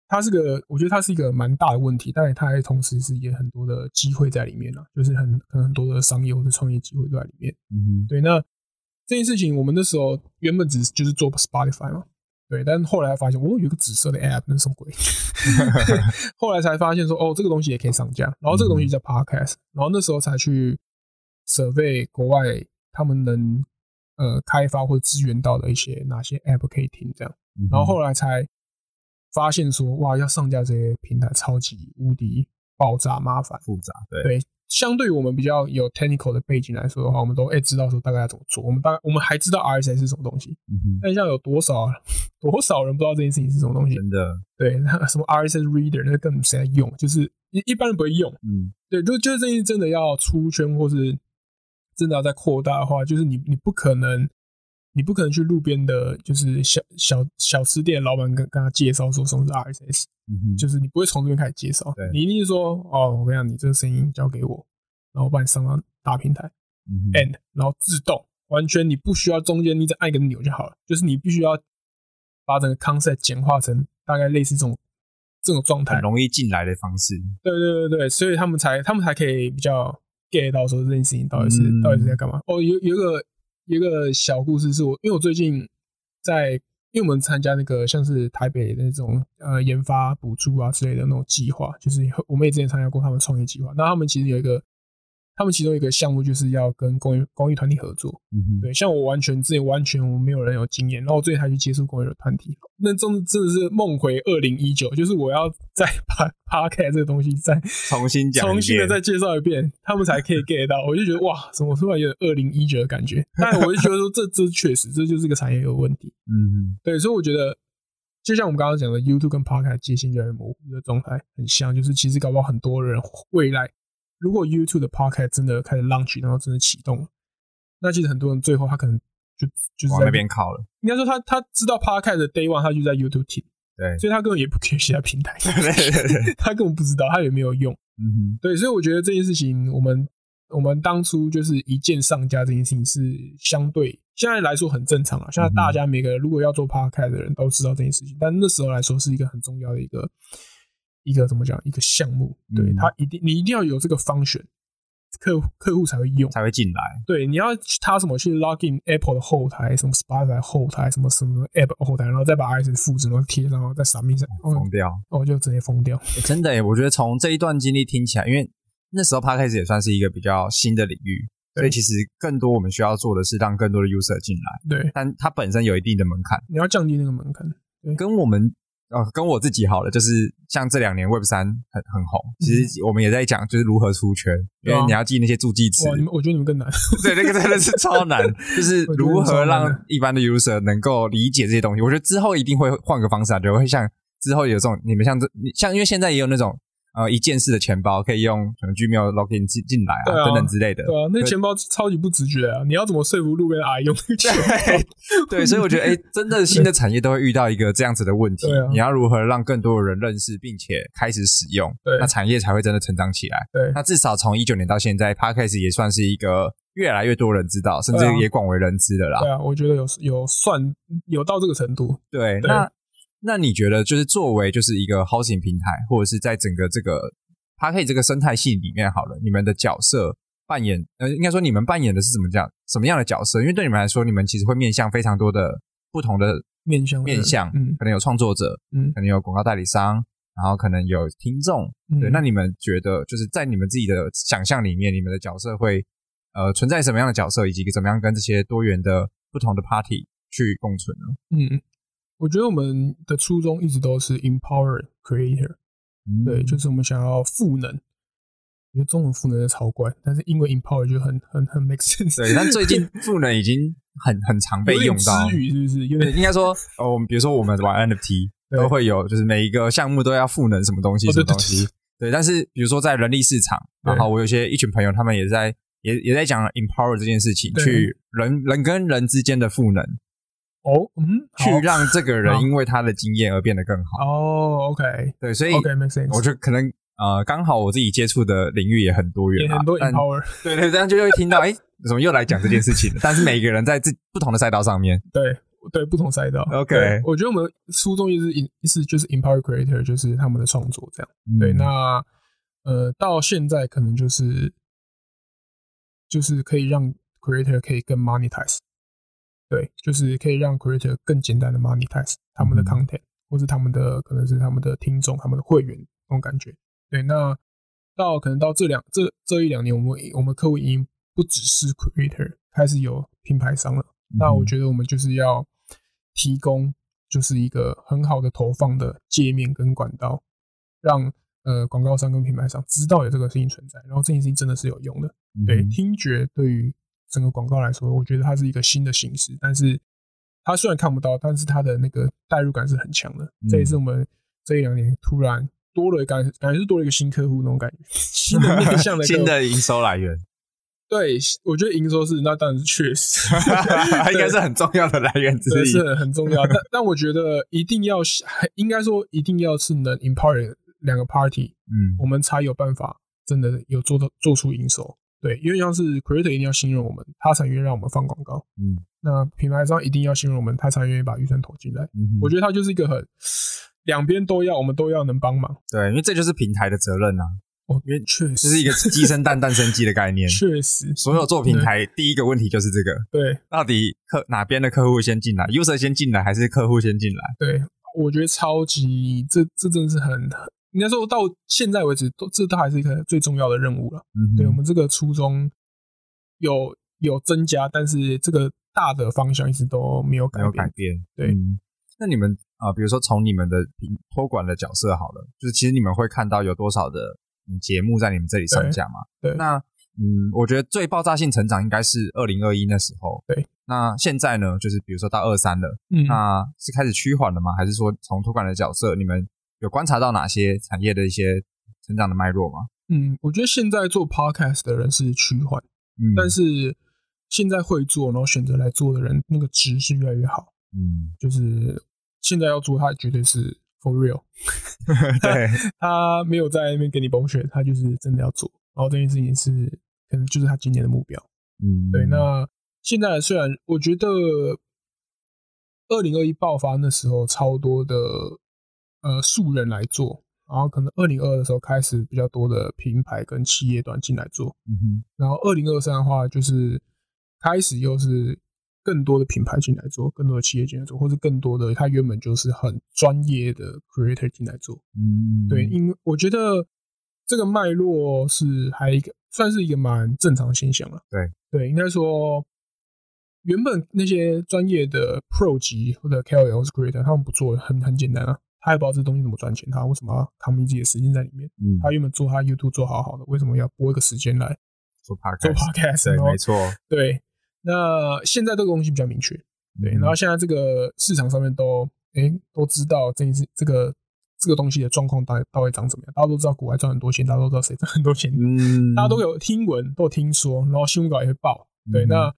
[SPEAKER 1] 它是个，我觉得它是一个蛮大的问题，但是它还同时是也很多的机会在里面啦，就是很可能很多的商业或者创业机会都在里面。
[SPEAKER 2] 嗯哼，
[SPEAKER 1] 对，那这件事情我们那时候原本只是就是做 Spotify 嘛，对，但后来发现哦有一个紫色的 app 那是什么鬼？后来才发现说哦这个东西也可以上架，然后这个东西叫 Podcast，然后那时候才去 survey 国外他们能呃开发或支援到的一些哪些 app 可以听这样。
[SPEAKER 2] 嗯哼
[SPEAKER 1] 然后后来才发现说，哇，要上架这些平台超级无敌爆炸麻烦。
[SPEAKER 2] 复杂，对，
[SPEAKER 1] 对，相对于我们比较有 technical 的背景来说的话，我们都哎、知道说大概要怎么做。我们大我们还知道 RSS 是什么东西，
[SPEAKER 2] 嗯哼，
[SPEAKER 1] 但像有多少多少人不知道这件事情是什么东西？
[SPEAKER 2] 真的，
[SPEAKER 1] 对，那什么 RSS reader 那根本谁在用？就是一一般人不会用。
[SPEAKER 2] 嗯
[SPEAKER 1] 对，就就是这件事真的要出圈，或是真的要再扩大的话，就是你你不可能，你不可能去路边的，就是小小小吃店老板跟跟他介绍说什么是 RSS，
[SPEAKER 2] 嗯哼，
[SPEAKER 1] 就是你不会从这边开始介绍
[SPEAKER 2] 对，
[SPEAKER 1] 你一定是说哦，我跟你讲，你这个声音交给我，然后我把你上到大平台
[SPEAKER 2] 嗯哼
[SPEAKER 1] and，然后自动完全你不需要中间你只按一个钮就好了，就是你必须要把整个 concept 简化成大概类似这种这种状态
[SPEAKER 2] 很，容易进来的方式，
[SPEAKER 1] 对对对对，所以他们才他们才可以比较 get 到说这件事情到底是、
[SPEAKER 2] 嗯
[SPEAKER 1] 到底是在干嘛。哦，有有一个有一个小故事是我，因为我最近在，因为我们参加那个像是台北那种呃研发补助啊之类的那种计划，就是我们也之前参加过他们创业计划。那他们其实有一个，他们其中一个项目就是要跟公益公益团体合作，
[SPEAKER 2] 嗯哼，
[SPEAKER 1] 对，像我完全之前完全我没有人有经验，然后我最近还去接触公益的团体，那真真的是梦回二零一九，就是我要再把 p 开这个东西再
[SPEAKER 2] 重新讲一遍，
[SPEAKER 1] 重新的再介绍一遍，他们才可以 get 到。我就觉得哇，怎么突然有点二零一九的感觉？但我就觉得说这这确实这就是一个产业有问题。
[SPEAKER 2] 嗯
[SPEAKER 1] 对，所以我觉得就像我们刚刚讲的，YouTube 跟 Podcast 界限越来越模糊的状态很像，就是其实搞不好很多人未来如果 YouTube 的 Podcast 真的开始 launch，然后真的启动了，那其实很多人最后他可能就就是
[SPEAKER 2] 哼，往
[SPEAKER 1] 在
[SPEAKER 2] 那边靠了，
[SPEAKER 1] 应该说他他知道 Podcast 的 Day One，他就在 YouTube 听，
[SPEAKER 2] 对，
[SPEAKER 1] 所以他根本也不 care 其他平 台，
[SPEAKER 2] 对对对，
[SPEAKER 1] 他根本不知道，他也没有用。
[SPEAKER 2] 嗯
[SPEAKER 1] 对，所以我觉得这件事情，我们我们当初就是一键上架这件事情是相对现在来说很正常了。啊现在
[SPEAKER 2] 嗯
[SPEAKER 1] 大家每个如果要做 podcast 的人都知道这件事情，但那时候来说是一个很重要的一个一个怎么讲一个项目，对
[SPEAKER 2] 嗯
[SPEAKER 1] 他一定你一定要有这个方选，客户客户才会用
[SPEAKER 2] 哼，。才会进来，
[SPEAKER 1] 对，你要去他什么去 login Apple 的后台，什么 Spotify 后台，什么什么 App 后台，然后再把 iOS 复制，然后贴上，然后再 submit 上，哦
[SPEAKER 2] 疯掉。
[SPEAKER 1] 哦，就直接封掉。
[SPEAKER 2] 欸真的欸，我觉得从这一段经历听起来，因为那时候 podcast 也算是一个比较新的领域，所以其实更多我们需要做的是让更多的 user 进来，
[SPEAKER 1] 对，
[SPEAKER 2] 但它本身有一定的门槛，
[SPEAKER 1] 你要降低那个门槛。
[SPEAKER 2] 跟我们。呃，跟我自己好了，就是像这两年 Web 三很很红，其实我们也在讲就是如何出圈，
[SPEAKER 1] 嗯
[SPEAKER 2] 因
[SPEAKER 1] 对
[SPEAKER 2] 为
[SPEAKER 1] 啊
[SPEAKER 2] 你要记那些助记词
[SPEAKER 1] 哇，，你们我觉得你们更难。
[SPEAKER 2] 对，那个真的是 超难，就是如何让一般的 user 能够理解这些东西。我觉得之后一定会换个方式啊，就会像之后有这种你们像这你像，因为现在也有那种呃一键式的钱包，可以用什么 Gmail login 进进来
[SPEAKER 1] 对
[SPEAKER 2] 啊
[SPEAKER 1] 啊
[SPEAKER 2] 等等之类的。
[SPEAKER 1] 对啊，那个钱包超级不直觉啊！你要怎么说服路边的阿姨用那个钱包？
[SPEAKER 2] 对，所以我觉得哎，真的新的产业都会遇到一个这样子的问题
[SPEAKER 1] 对啊，
[SPEAKER 2] 你要如何让更多的人认识并且开始使用，
[SPEAKER 1] 对
[SPEAKER 2] 那产业才会真的成长起来。
[SPEAKER 1] 对
[SPEAKER 2] 那至少从一九年到现在，Podcast 也算是一个越来越多人知道，甚至
[SPEAKER 1] 对啊
[SPEAKER 2] 也广为人知的啦。
[SPEAKER 1] 对啊，我觉得有有算有到这个程度。
[SPEAKER 2] 对，
[SPEAKER 1] 对
[SPEAKER 2] 那那你觉得就是作为就是一个 housing 平台，或者是在整个这个 p a r k 这个生态系里面好了，你们的角色扮演，呃，应该说你们扮演的是怎么讲什么样的角色？因为对你们来说，你们其实会面向非常多的不同的
[SPEAKER 1] 面向
[SPEAKER 2] 面向，
[SPEAKER 1] 嗯
[SPEAKER 2] 可能有创作者，
[SPEAKER 1] 嗯
[SPEAKER 2] 可能有广告代理商。然后可能有听众，
[SPEAKER 1] 嗯，
[SPEAKER 2] 对，那你们觉得就是在你们自己的想象里面，你们的角色会呃存在什么样的角色，以及怎么样跟这些多元的不同的 party 去共存呢？
[SPEAKER 1] 嗯，我觉得我们的初衷一直都是 empower creator，对，
[SPEAKER 2] 嗯
[SPEAKER 1] 就是我们想要赋能。我觉得中文赋能的超怪，但是英文 empower 就很很很 make sense。
[SPEAKER 2] 对，但最近赋能已经很很常被
[SPEAKER 1] 有
[SPEAKER 2] 用
[SPEAKER 1] 点
[SPEAKER 2] 到
[SPEAKER 1] 之。语是不是？有
[SPEAKER 2] 对，
[SPEAKER 1] 点
[SPEAKER 2] 应该说，呃，我们比如说我们玩 NFT
[SPEAKER 1] 对
[SPEAKER 2] 都会有，就是每一个项目都要赋能什么东西，
[SPEAKER 1] 哦
[SPEAKER 2] 什么
[SPEAKER 1] 对对
[SPEAKER 2] 东西。对，但是比如说在人力市场，
[SPEAKER 1] 对
[SPEAKER 2] 然后我有些一群朋友，他们也在也也在讲 empower 这件事情，
[SPEAKER 1] 对
[SPEAKER 2] 去人人跟人之间的赋能，
[SPEAKER 1] 哦，嗯，
[SPEAKER 2] 去
[SPEAKER 1] 好
[SPEAKER 2] 让这个人
[SPEAKER 1] 好
[SPEAKER 2] 因为他的经验而变得更好。
[SPEAKER 1] 哦，OK，OK，make
[SPEAKER 2] 对，所以
[SPEAKER 1] sense，
[SPEAKER 2] 我就可能呃，刚好我自己接触的领域也很多元
[SPEAKER 1] 也
[SPEAKER 2] 啊，
[SPEAKER 1] 很多
[SPEAKER 2] 但
[SPEAKER 1] empower，
[SPEAKER 2] 对对，这样就会听到，哎，怎么又来讲这件事情了？但是每个人在自不同的赛道上面，
[SPEAKER 1] 对对，不同赛道。
[SPEAKER 2] OK
[SPEAKER 1] 对我觉得我们初衷就是一是就是 empower creator，就是他们的创作这样。对，
[SPEAKER 2] 嗯
[SPEAKER 1] 那呃，到现在可能就是就是可以让 creator 可以更 monetize，对，就是可以让 creator 更简单的 monetize 他们的
[SPEAKER 2] 嗯
[SPEAKER 1] content，、或是他们的可能是他们的听众、他们的会员那种感觉。对，那到可能到这两这这一两年，我们我们客户已经不只是 creator，开始有品牌商了。那
[SPEAKER 2] 嗯
[SPEAKER 1] 我觉得我们就是要提供就是一个很好的投放的界面跟管道，让呃广告商跟品牌商知道有这个事情存在，然后这件事情真的是有用的。对，
[SPEAKER 2] 嗯
[SPEAKER 1] 听觉对于整个广告来说，我觉得它是一个新的形式，但是它虽然看不到，但是它的那个代入感是很强的。这
[SPEAKER 2] 嗯
[SPEAKER 1] 也是我们这一两年突然多了感，感觉是多了一个新客户那种感觉，新的面向的客户
[SPEAKER 2] 新的营收 来源，，
[SPEAKER 1] 对，我觉得营收是那当然是确实
[SPEAKER 2] 应该是很重要的来源之
[SPEAKER 1] 对，
[SPEAKER 2] 一。
[SPEAKER 1] 是很重 要。但但我觉得一定要，还应该说一定要是能 empower 两个 party，
[SPEAKER 2] 嗯
[SPEAKER 1] 我们才有办法真的有做到做出营收。对，因为像是 creator 一定要信任我们，他才愿意让我们放广告。
[SPEAKER 2] 嗯，
[SPEAKER 1] 那品牌商一定要信任我们，他才愿意把预算投进来。
[SPEAKER 2] 嗯
[SPEAKER 1] 我觉得他就是一个很两边都要，我们都要能帮忙。
[SPEAKER 2] 对，因为这就是平台的责任啊，
[SPEAKER 1] 哦，因为确
[SPEAKER 2] 这
[SPEAKER 1] 实
[SPEAKER 2] 是一个鸡生蛋，蛋生鸡的概念。
[SPEAKER 1] 确实，
[SPEAKER 2] 所有做平台第一个问题就是这个，
[SPEAKER 1] 对
[SPEAKER 2] 到底客哪边的客户先进来，user 先进来还是客户先进来？
[SPEAKER 1] 对，我觉得超级这这真的是很，应该说到现在为止，都这都还是一个最重要的任务了。
[SPEAKER 2] 嗯
[SPEAKER 1] 对我们这个初衷有有增加，但是这个大的方向一直都没有改
[SPEAKER 2] 没有改
[SPEAKER 1] 变。
[SPEAKER 2] 变。
[SPEAKER 1] 对
[SPEAKER 2] 嗯那你们啊、呃比如说从你们的平托管的角色好了，就是其实你们会看到有多少的嗯节目在你们这里上架嘛？
[SPEAKER 1] 对
[SPEAKER 2] 那嗯，我觉得最爆炸性成长应该是二零二一那时候。
[SPEAKER 1] 对。
[SPEAKER 2] 那现在呢，就是比如说到二三了，
[SPEAKER 1] 嗯，
[SPEAKER 2] 那是开始趋缓了吗？还是说从托管的角色，你们有观察到哪些产业的一些成长的脉络吗？
[SPEAKER 1] 嗯，我觉得现在做 podcast 的人是趋缓，
[SPEAKER 2] 嗯，
[SPEAKER 1] 但是现在会做，然后选择来做的人，那个值是越来越好。
[SPEAKER 2] 嗯，
[SPEAKER 1] 就是现在要做，他绝对是 for real，
[SPEAKER 2] 对，嗯
[SPEAKER 1] 他没有在那边给你崩血，他就是真的要做。然后这件事情是，可能就是他今年的目标。
[SPEAKER 2] 嗯，
[SPEAKER 1] 对，那现在虽然我觉得二零二一爆发那时候超多的呃素人来做，然后可能二零二的时候开始比较多的品牌跟企业端进来做，
[SPEAKER 2] 嗯哼
[SPEAKER 1] 然后二零二三的话就是开始又是更多的品牌进来做，更多的企业进来做，或是更多的他原本就是很专业的 creator 进来做。
[SPEAKER 2] 嗯，
[SPEAKER 1] 对，因为我觉得这个脉络是还一个算是一个蛮正常的现象了。
[SPEAKER 2] 对
[SPEAKER 1] 对，应该说原本那些专业的 Pro 级或者 KOL 或是 Creator，他们不做很很简单啊，他也不知道这东西怎么赚钱，他为什么要扛你自己的时间在里面？
[SPEAKER 2] 嗯，
[SPEAKER 1] 他原本做他 YouTube 做好好的，为什么要拨一个时间来
[SPEAKER 2] 做
[SPEAKER 1] 做
[SPEAKER 2] podcast，
[SPEAKER 1] Podcast？
[SPEAKER 2] 哎对，
[SPEAKER 1] 然后
[SPEAKER 2] 没错，
[SPEAKER 1] 对，那现在这个东西比较明确，对，
[SPEAKER 2] 嗯
[SPEAKER 1] 然后现在这个市场上面都诶、都知道这一次这个这个东西的状况到底到底长怎么样，大家都知道国外赚很多钱，大家都知道谁赚很多钱，
[SPEAKER 2] 嗯，
[SPEAKER 1] 大家都有听闻，都有听说，然后新闻稿也会报，对，
[SPEAKER 2] 嗯
[SPEAKER 1] 那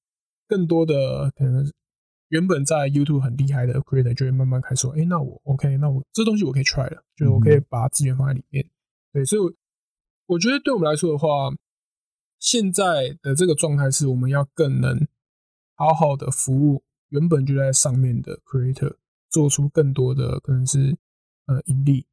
[SPEAKER 1] 更多的可能原本在 YouTube 很厉害的 creator 就会慢慢开始说，诶、那我 OK，那我这东西我可以 try 了，就是我可以把资源放在里面，对，所以我我觉得对我们来说的话，现在的这个状态是我们要更能好好的服务原本就在上面的 creator，做出更多的可能是呃盈利，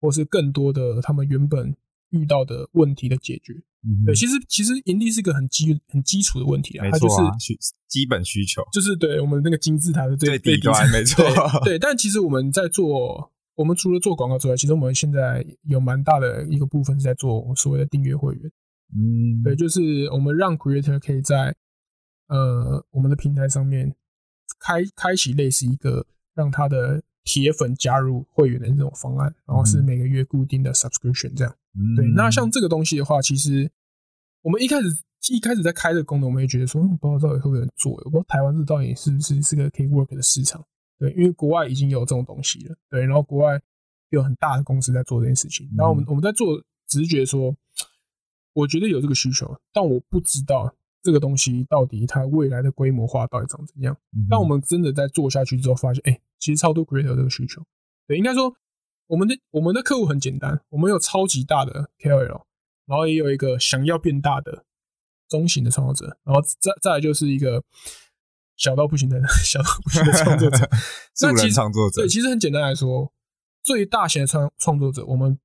[SPEAKER 1] 或是更多的他们原本遇到的问题的解决。
[SPEAKER 2] 嗯哼
[SPEAKER 1] 对，其实其实盈利是一个很基很基础的问题啊，
[SPEAKER 2] 没
[SPEAKER 1] 它就
[SPEAKER 2] 错
[SPEAKER 1] 是
[SPEAKER 2] 啊，需基本需求
[SPEAKER 1] 就是对我们那个金字塔的最
[SPEAKER 2] 最底端，
[SPEAKER 1] 层
[SPEAKER 2] 没错，
[SPEAKER 1] 对对，但其实我们在做，我们除了做广告之外，其实我们现在有蛮大的一个部分是在做所谓的订阅会员。
[SPEAKER 2] 嗯，
[SPEAKER 1] 对，就是我们让 creator 可以在呃我们的平台上面开开启类似一个让他的铁粉加入会员的那种方案，然后是
[SPEAKER 2] 嗯
[SPEAKER 1] 每个月固定的 subscription 这样。
[SPEAKER 2] 嗯。
[SPEAKER 1] 对，那像这个东西的话，其实我们一开始一开始在开这个功能，我们也觉得说，嗯不知道到底会不会有人做，我不知道台湾这到底是不是是个可以 work 的市场。对，因为国外已经有这种东西了，对，然后国外有很大的公司在做这件事情，然后我们我们在做，只是觉得说，我觉得有这个需求，但我不知道这个东西到底它未来的规模化到底长怎样。但我们真的在做下去之后，发现，哎、其实超多 creator 有这个需求。对，应该说我们的我们的客户很简单，我们有超级大的 KOL，然后也有一个想要变大的中型的创作者，然后再再来就是一个小到不行的小到不行的创作者
[SPEAKER 2] 素
[SPEAKER 1] 那其
[SPEAKER 2] 人
[SPEAKER 1] 实
[SPEAKER 2] 创作者
[SPEAKER 1] 对，，其实很简单来说，最大型的创创作者，我们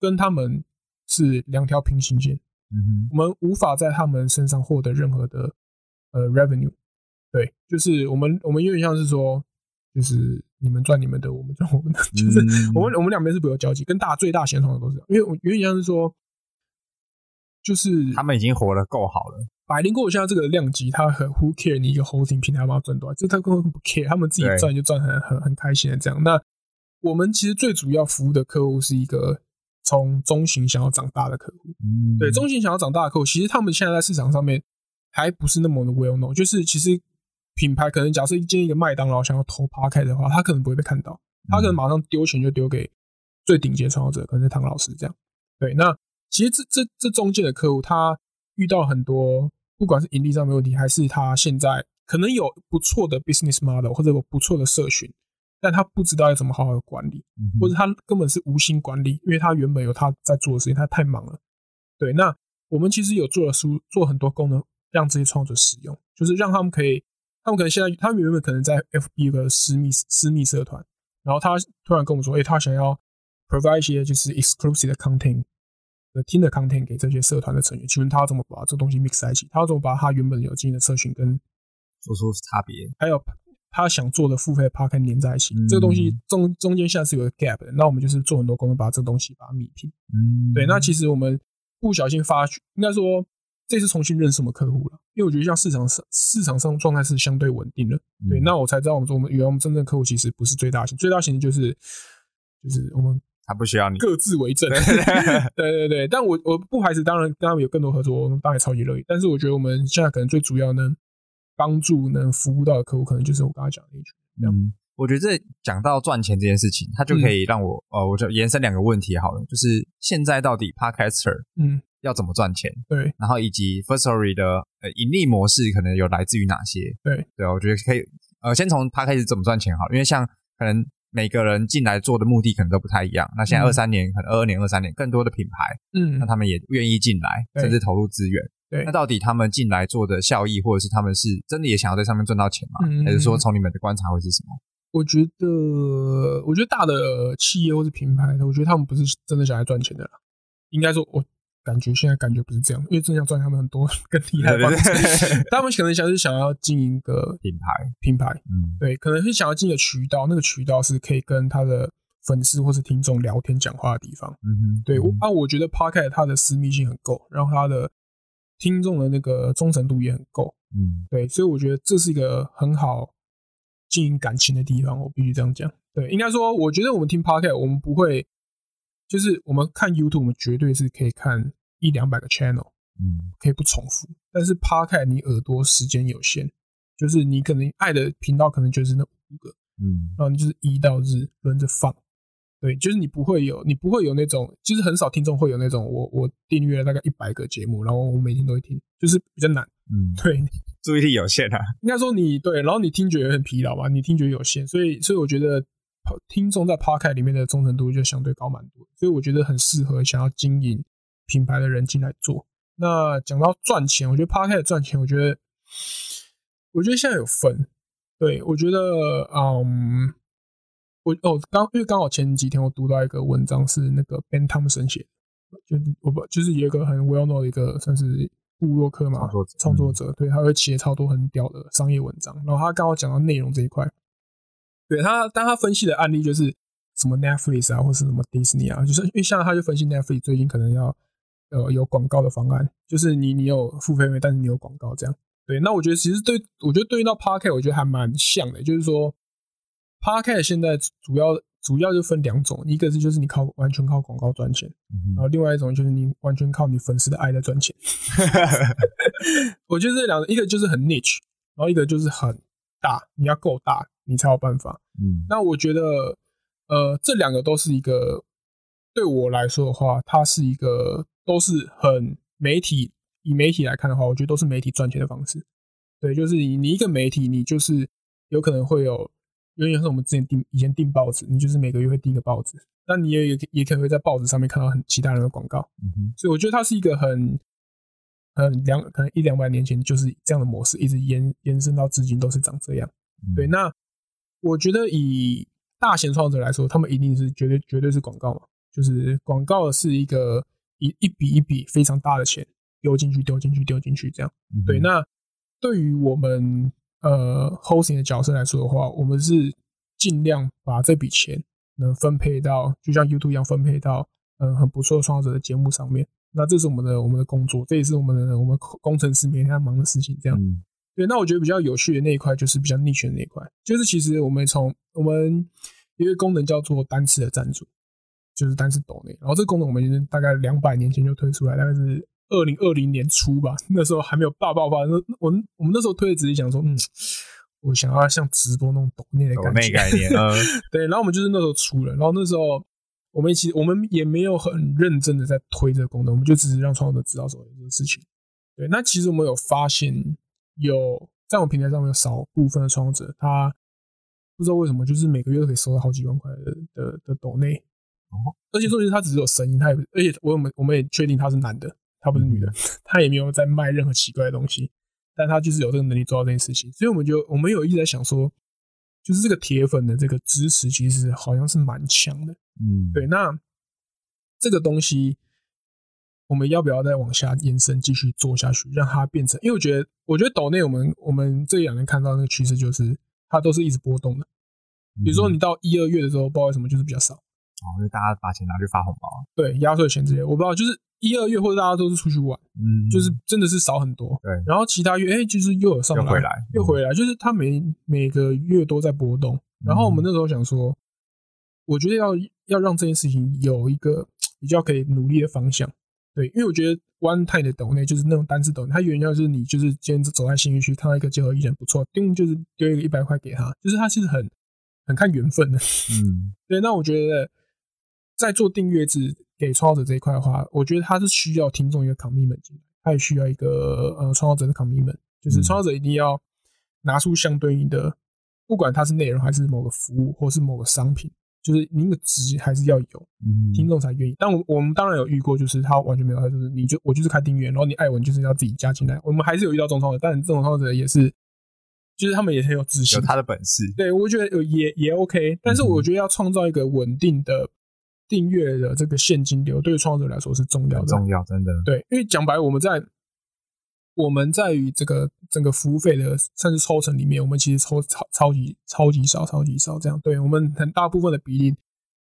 [SPEAKER 1] 跟他们是两条平行线。
[SPEAKER 2] 嗯
[SPEAKER 1] 我们无法在他们身上获得任何的呃 revenue。对，就是我们我们有点像是说，就是你们赚你们的，我们赚我们的，
[SPEAKER 2] 哼，
[SPEAKER 1] 就是
[SPEAKER 2] 嗯
[SPEAKER 1] 我们我们两边是不会有交集，跟大最大型的创作都是这样，因为我有点像是说，就是
[SPEAKER 2] 他们已经活得够好了，
[SPEAKER 1] 百灵果现在这个量级，他很 who care 你一个 hosting 平台帮他赚多少，这他根本不 care，他们自己
[SPEAKER 2] 对
[SPEAKER 1] 赚就赚很很很开心的这样。那我们其实最主要服务的客户是一个从中型想要长大的客户。
[SPEAKER 2] 嗯
[SPEAKER 1] 对，中型想要长大的客户，其实他们现在在市场上面还不是那么的 well known，就是其实品牌可能假设一间一个麦当劳想要投 p a r k 的话，他可能不会被看到，他可能马上丢钱就丢给最顶级的创作者，可能是唐老师这样。对，那其实这这这中间的客户，他遇到很多不管是盈利上面的问题，还是他现在可能有不错的 business model 或者有不错的社群，但他不知道要怎么好好的管理。
[SPEAKER 2] 嗯哼
[SPEAKER 1] 或者他根本是无心管理，因为他原本有他在做的事情，他太忙了。对，那我们其实有做了书，做很多功能让这些创作者使用，就是让他们可以，他们可能现在他们原本可能在 FB 有个私密私密社团，然后他突然跟我们说，诶，他想要 provide 一些就是 exclusive 的 content。呃听的 content 给这些社团的成员，请问他要怎么把这东西 mix 在一起？他要怎么把他原本有经营的社群跟
[SPEAKER 2] 做出差别，
[SPEAKER 1] 还有他想做的付费 p a r k 连在一起，
[SPEAKER 2] 嗯
[SPEAKER 1] 这个东西中中间现在是有个 gap 的，那我们就是做很多功能把这个东西把它弥平。
[SPEAKER 2] 嗯
[SPEAKER 1] 对，那其实我们不小心发觉，应该说这次重新认识我们客户了，因为我觉得像市场上市场上状态是相对稳定的，
[SPEAKER 2] 嗯
[SPEAKER 1] 对，那我才知道我们说我们原来我们真正客户其实不是最大型，最大型的就是就是我们
[SPEAKER 2] 他不需要你，
[SPEAKER 1] 各自为 政。对对对，但我我不排斥，当然跟他们有更多合作，我们当然超级乐意。但是我觉得我们现在可能最主要能帮助能服务到的客户，可能就是我刚才讲的那一群。
[SPEAKER 2] 嗯，我觉得这讲到赚钱这件事情，它
[SPEAKER 1] 嗯
[SPEAKER 2] 就可以让我、呃，我就延伸两个问题好了，就是现在到底 Podcaster
[SPEAKER 1] 嗯，
[SPEAKER 2] 要怎么赚钱，
[SPEAKER 1] 对
[SPEAKER 2] 然后以及 First Story 的呃盈利模式可能有来自于哪些？
[SPEAKER 1] 对
[SPEAKER 2] 对啊，我觉得可以呃，先从 Podcast 怎么赚钱好了，因为像可能每个人进来做的目的可能都不太一样。那现在
[SPEAKER 1] 嗯
[SPEAKER 2] 二三年，可能二二年、二三年更多的品牌，
[SPEAKER 1] 嗯
[SPEAKER 2] 那他们也愿意进来，
[SPEAKER 1] 对
[SPEAKER 2] 甚至投入资源。
[SPEAKER 1] 对
[SPEAKER 2] 那到底他们进来做的效益，或者是他们是真的也想要在上面赚到钱吗？
[SPEAKER 1] 嗯
[SPEAKER 2] 还是说从你们的观察会是什么？
[SPEAKER 1] 我觉得，我觉得大的企业或是品牌，我觉得他们不是真的想来赚钱的啦。应该说，我感觉现在感觉不是这样，因为真的想赚，他们很多 更厉害的方式
[SPEAKER 2] 对对对
[SPEAKER 1] 他们可能想是想要经营一个
[SPEAKER 2] 品牌，
[SPEAKER 1] 品牌，
[SPEAKER 2] 嗯
[SPEAKER 1] 对，可能是想要进的渠道，那个渠道是可以跟他的粉丝或是听众聊天讲话的地方。
[SPEAKER 2] 嗯哼，
[SPEAKER 1] 对，我
[SPEAKER 2] 嗯
[SPEAKER 1] 啊，我觉得 Pocket 它的私密性很够，然后它的听众的那个忠诚度也很够。
[SPEAKER 2] 嗯，
[SPEAKER 1] 对，所以我觉得这是一个很好经营感情的地方，我必须这样讲。对，应该说，我觉得我们听 Podcast，我们不会，就是我们看 YouTube，我们绝对是可以看一两百个 channel，
[SPEAKER 2] 嗯
[SPEAKER 1] 可以不重复。但是 Podcast 你耳朵时间有限，就是你可能爱的频道可能就是那五个，
[SPEAKER 2] 嗯
[SPEAKER 1] 然后你就是一到日轮着放。对，就是你不会有，你不会有那种，就是很少听众会有那种，我我订阅了大概一百个节目，然后我每天都会听，就是比较难。
[SPEAKER 2] 嗯，
[SPEAKER 1] 对，
[SPEAKER 2] 注意力有限啊，
[SPEAKER 1] 应该说你对，然后你听觉也很疲劳嘛，你听觉有限，所以所以我觉得呃听众在 Podcast 里面的忠诚度就相对高蛮多，所以我觉得很适合想要经营品牌的人进来做。那讲到赚钱，我觉得 Podcast 赚钱，我觉得我觉得现在有分，对我觉得嗯。我哦，刚因为刚好前几天我读到一个文章，是那个 Ben Thompson 写的，就是我不就是有一个很 well known 的一个算是部落客嘛
[SPEAKER 2] 创作者嗯
[SPEAKER 1] 创作者，对，他会写超多很屌的商业文章，然后他刚好讲到内容这一块，对他，但他分析的案例就是什么 Netflix 啊，或是什么 Disney 啊，就是因为像他就分析 Netflix 最近可能要呃有广告的方案，就是你你有付费但是你有广告这样。对，那我觉得其实对我觉得对应到 Parket，我觉得还蛮像的，就是说 Parket 现在主要主要就分两种，一个是就是你靠完全靠广告赚钱，
[SPEAKER 2] 嗯
[SPEAKER 1] 然后另外一种就是你完全靠你粉丝的爱在赚钱。
[SPEAKER 2] 哼
[SPEAKER 1] 我觉得这两一个就是很 niche，然后一个就是很大，你要够大，你才有办法。
[SPEAKER 2] 嗯
[SPEAKER 1] 那我觉得，呃，这两个都是一个对我来说的话，它是一个都是很媒体以媒体来看的话，我觉得都是媒体赚钱的方式。对，就是你你一个媒体，你就是有可能会有，有点像是我们之前订以前订报纸，你就是每个月会订一个报纸，那你也也也可能会在报纸上面看到很其他人的广告。
[SPEAKER 2] 嗯哼
[SPEAKER 1] 所以我觉得它是一个很很两可能一两百年前就是这样的模式，一直延延伸到至今都是长这样。
[SPEAKER 2] 嗯
[SPEAKER 1] 对，那我觉得以大型创作者来说，他们一定是绝对绝对是广告嘛，就是广告是一个一一笔一笔非常大的钱丢进去丢进去丢进去这样。
[SPEAKER 2] 嗯哼
[SPEAKER 1] 对，那对于我们呃 hosting 的角色来说的话，我们是尽量把这笔钱能分配到，就像 YouTube 一样分配到嗯、呃很不错的创作者的节目上面。那这是我们的我们的工作，这也是我们的我们工程师每天在忙的事情。这样，
[SPEAKER 2] 嗯
[SPEAKER 1] 对，那我觉得比较有趣的那一块就是比较逆权的那一块，就是其实我们从我们有一个功能叫做单次的赞助，就是单次抖内，然后这个功能我们已经大概两百年前就推出来，大概是二零二零年初吧， 那时候还没有大爆发，那那我们我们那时候推的只是想说，嗯，我想要像直播那种抖内的
[SPEAKER 2] 有
[SPEAKER 1] 感
[SPEAKER 2] 那
[SPEAKER 1] 觉，
[SPEAKER 2] 概念，呃，
[SPEAKER 1] 对，然后我们就是那时候出了，然后那时候我们其实我们也没有很认真的在推这个功能，我们就只是让创作者知道说有这个事情。对，那其实我们有发现有在我们平台上面有少部分的创作者，他不知道为什么就是每个月都可以收到好几万块的的的抖内，
[SPEAKER 2] 哦
[SPEAKER 1] 而且重点是他只是有声音，他也不而且我们我们也确定他是男的，他不是女的， 他也没有在卖任何奇怪的东西。但他就是有这个能力做到这件事情，所以我们就我们有一直在想说，就是这个铁粉的这个支持其实好像是蛮强的。
[SPEAKER 2] 嗯，
[SPEAKER 1] 对，那这个东西我们要不要再往下延伸继续做下去，让它变成？因为我觉得，我觉得岛内我们我们这两年看到那个趋势就是它都是一直波动的。
[SPEAKER 2] 嗯，
[SPEAKER 1] 比如说你到一二月的时候，不知道为什么就是比较少，
[SPEAKER 2] 哦，就大家把钱拿去发红包，
[SPEAKER 1] 对压岁钱之类的，我不知道，就是一二月或者大家都是出去玩，
[SPEAKER 2] 嗯，
[SPEAKER 1] 就是真的是少很多。
[SPEAKER 2] 对
[SPEAKER 1] 然后其他月哎、就是又有上
[SPEAKER 2] 又回
[SPEAKER 1] 来，
[SPEAKER 2] 来，
[SPEAKER 1] 又回来，就是它每每个月都在波动。然后我们那时候想说，我觉得要要让这件事情有一个比较可以努力的方向，对，因为我觉得 one time 的抖内就是那种单次抖内，它原料就是你就是今天走在新一区看到一个结合艺人不错，丢就是丢一个一百块给他，就是他其实很很看缘分的。
[SPEAKER 2] 嗯，
[SPEAKER 1] 对，那我觉得在做订阅制给创作者这一块的话，我觉得他是需要听众一个 commitment，进来他也需要一个呃创作者的 commitment，就是
[SPEAKER 2] 嗯
[SPEAKER 1] 创作者一定要拿出相对应的，不管它是内容还是某个服务或是某个商品，就是您的值还是要有，
[SPEAKER 2] 嗯，
[SPEAKER 1] 听众才愿意。但我我们当然有遇过，就是他完全没有，他就是你就我就是开订阅，然后你爱文就是要自己加进来。我们还是有遇到这种创作者，但这种创作者也是，就是他们也很有自信
[SPEAKER 2] 有，他的本事，
[SPEAKER 1] 对，我觉得有也也 OK，但是
[SPEAKER 2] 嗯
[SPEAKER 1] 我觉得要创造一个稳定的订阅的这个现金流，对于创作者来说是重要
[SPEAKER 2] 很
[SPEAKER 1] 的。
[SPEAKER 2] 重要，真的，
[SPEAKER 1] 对，因为讲白，我们在我们在于这个整个服务费的甚至抽成里面，我们其实抽超超级超级少，超级少这样。对我们很大部分的比例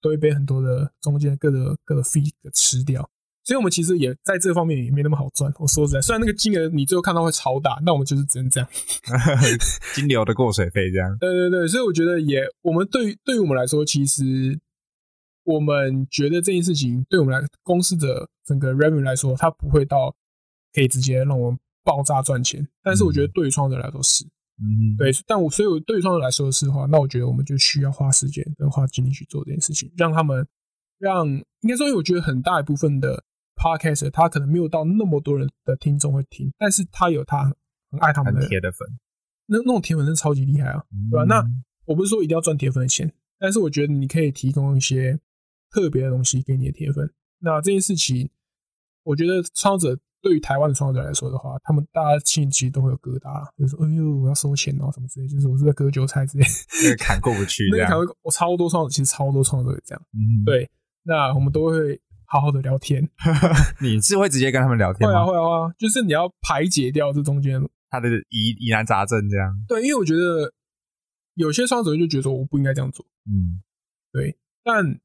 [SPEAKER 1] 都会被很多的中间各个各个 fee 给吃掉，所以我们其实也在这方面也没那么好赚。我说实在，虽然那个金额你最后看到会超大，那我们就是只能这样。
[SPEAKER 2] 金流的过水费 这样，
[SPEAKER 1] 对对对，所以我觉得也，我们对于对于我们来说，其实我们觉得这件事情对我们来公司的整个 revenue 来说，它不会到可以直接让我们爆炸赚钱，但是我觉得对于创作者来说是，
[SPEAKER 2] 嗯，
[SPEAKER 1] 对，但我所以我对于创作者来说是的话，那我觉得我们就需要花时间跟花精力去做这件事情，让他们让应该说，我觉得很大一部分的 podcast 他可能没有到那么多人的听众会听，但是他有他很爱他们
[SPEAKER 2] 很
[SPEAKER 1] 的
[SPEAKER 2] 铁的粉，嗯
[SPEAKER 1] 那那种铁粉真的超级厉害啊，对吧、那我不是说一定要赚铁粉的钱，但是我觉得你可以提供一些特别的东西给你的铁粉。那这件事情，我觉得创作者对于台湾的创作者来说的话，他们大家心里其实都会有疙瘩，就是说哎呦我要收钱哦什么之类，就是我是在割韭菜之类。
[SPEAKER 2] 那个坎过不去
[SPEAKER 1] 那
[SPEAKER 2] 这
[SPEAKER 1] 个
[SPEAKER 2] 样
[SPEAKER 1] 台，湾我超多创作者，其实超多创作者这样。
[SPEAKER 2] 嗯，
[SPEAKER 1] 对，那我们都会好好的聊天，
[SPEAKER 2] 你是会直接跟他们聊
[SPEAKER 1] 会
[SPEAKER 2] 天
[SPEAKER 1] 啊
[SPEAKER 2] 吗？
[SPEAKER 1] 会啊会啊，就是你要排解掉这中间的
[SPEAKER 2] 他的疑疑难杂症这样，
[SPEAKER 1] 对，因为我觉得有些创作者就觉得说我不应该这样做。
[SPEAKER 2] 嗯，
[SPEAKER 1] 对，但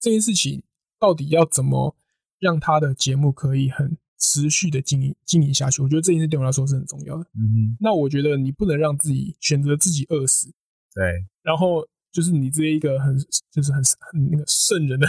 [SPEAKER 1] 这件事情到底要怎么让他的节目可以很持续的经营经营下去？我觉得这件事对我来说是很重要的。
[SPEAKER 2] 嗯哼，
[SPEAKER 1] 那我觉得你不能让自己选择自己饿死，
[SPEAKER 2] 对，
[SPEAKER 1] 然后就是你直接一个很就是很很那个圣人的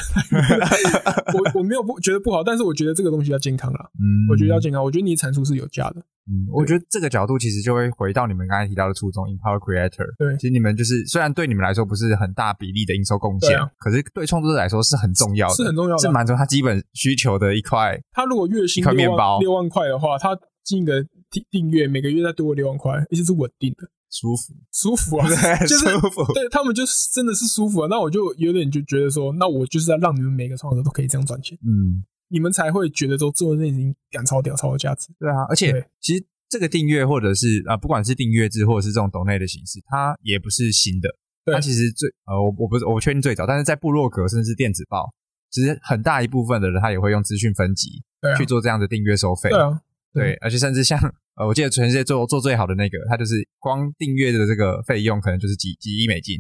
[SPEAKER 1] 我我没有不觉得不好，但是我觉得这个东西要健康啦，
[SPEAKER 2] 嗯
[SPEAKER 1] 我觉得要健康，我觉得你产出是有价的，
[SPEAKER 2] 嗯，我觉得这个角度其实就会回到你们刚才提到的初衷，empower creator。
[SPEAKER 1] 对
[SPEAKER 2] 其实你们就是虽然对你们来说不是很大比例的营收贡献，
[SPEAKER 1] 对啊
[SPEAKER 2] 可是对创作者来说是很重要的，
[SPEAKER 1] 是很重要
[SPEAKER 2] 是
[SPEAKER 1] 的啊。
[SPEAKER 2] 满足他基本需求的一块。
[SPEAKER 1] 他如果月薪
[SPEAKER 2] 一块
[SPEAKER 1] 六
[SPEAKER 2] 面包
[SPEAKER 1] 万六万块的话，他进一个订订阅，每个月再多六万块，而且是稳定的，
[SPEAKER 2] 舒服，
[SPEAKER 1] 舒服啊。
[SPEAKER 2] 对，
[SPEAKER 1] 就是
[SPEAKER 2] 舒服，
[SPEAKER 1] 对他们就是真的是舒服啊，那我就有点就觉得说，那我就是要让你们每个创作者都可以这样赚钱，
[SPEAKER 2] 嗯，
[SPEAKER 1] 你们才会觉得说做这件事情赶超屌、超有价值。
[SPEAKER 2] 对啊，而
[SPEAKER 1] 对
[SPEAKER 2] 且其实这个订阅或者是啊、呃不管是订阅制或者是这种抖内的形式，它也不是新的。
[SPEAKER 1] 对
[SPEAKER 2] 它其实最呃，我我不是我不确定最早，但是在部落格甚至是电子报，其实很大一部分的人他也会用资讯分级、
[SPEAKER 1] 对啊
[SPEAKER 2] 去，做这样的订阅收费。
[SPEAKER 1] 对啊，
[SPEAKER 2] 对，而且甚至像呃，我记得全世界做做最好的那个，他就是光订阅的这个费用可能就是几几亿美金，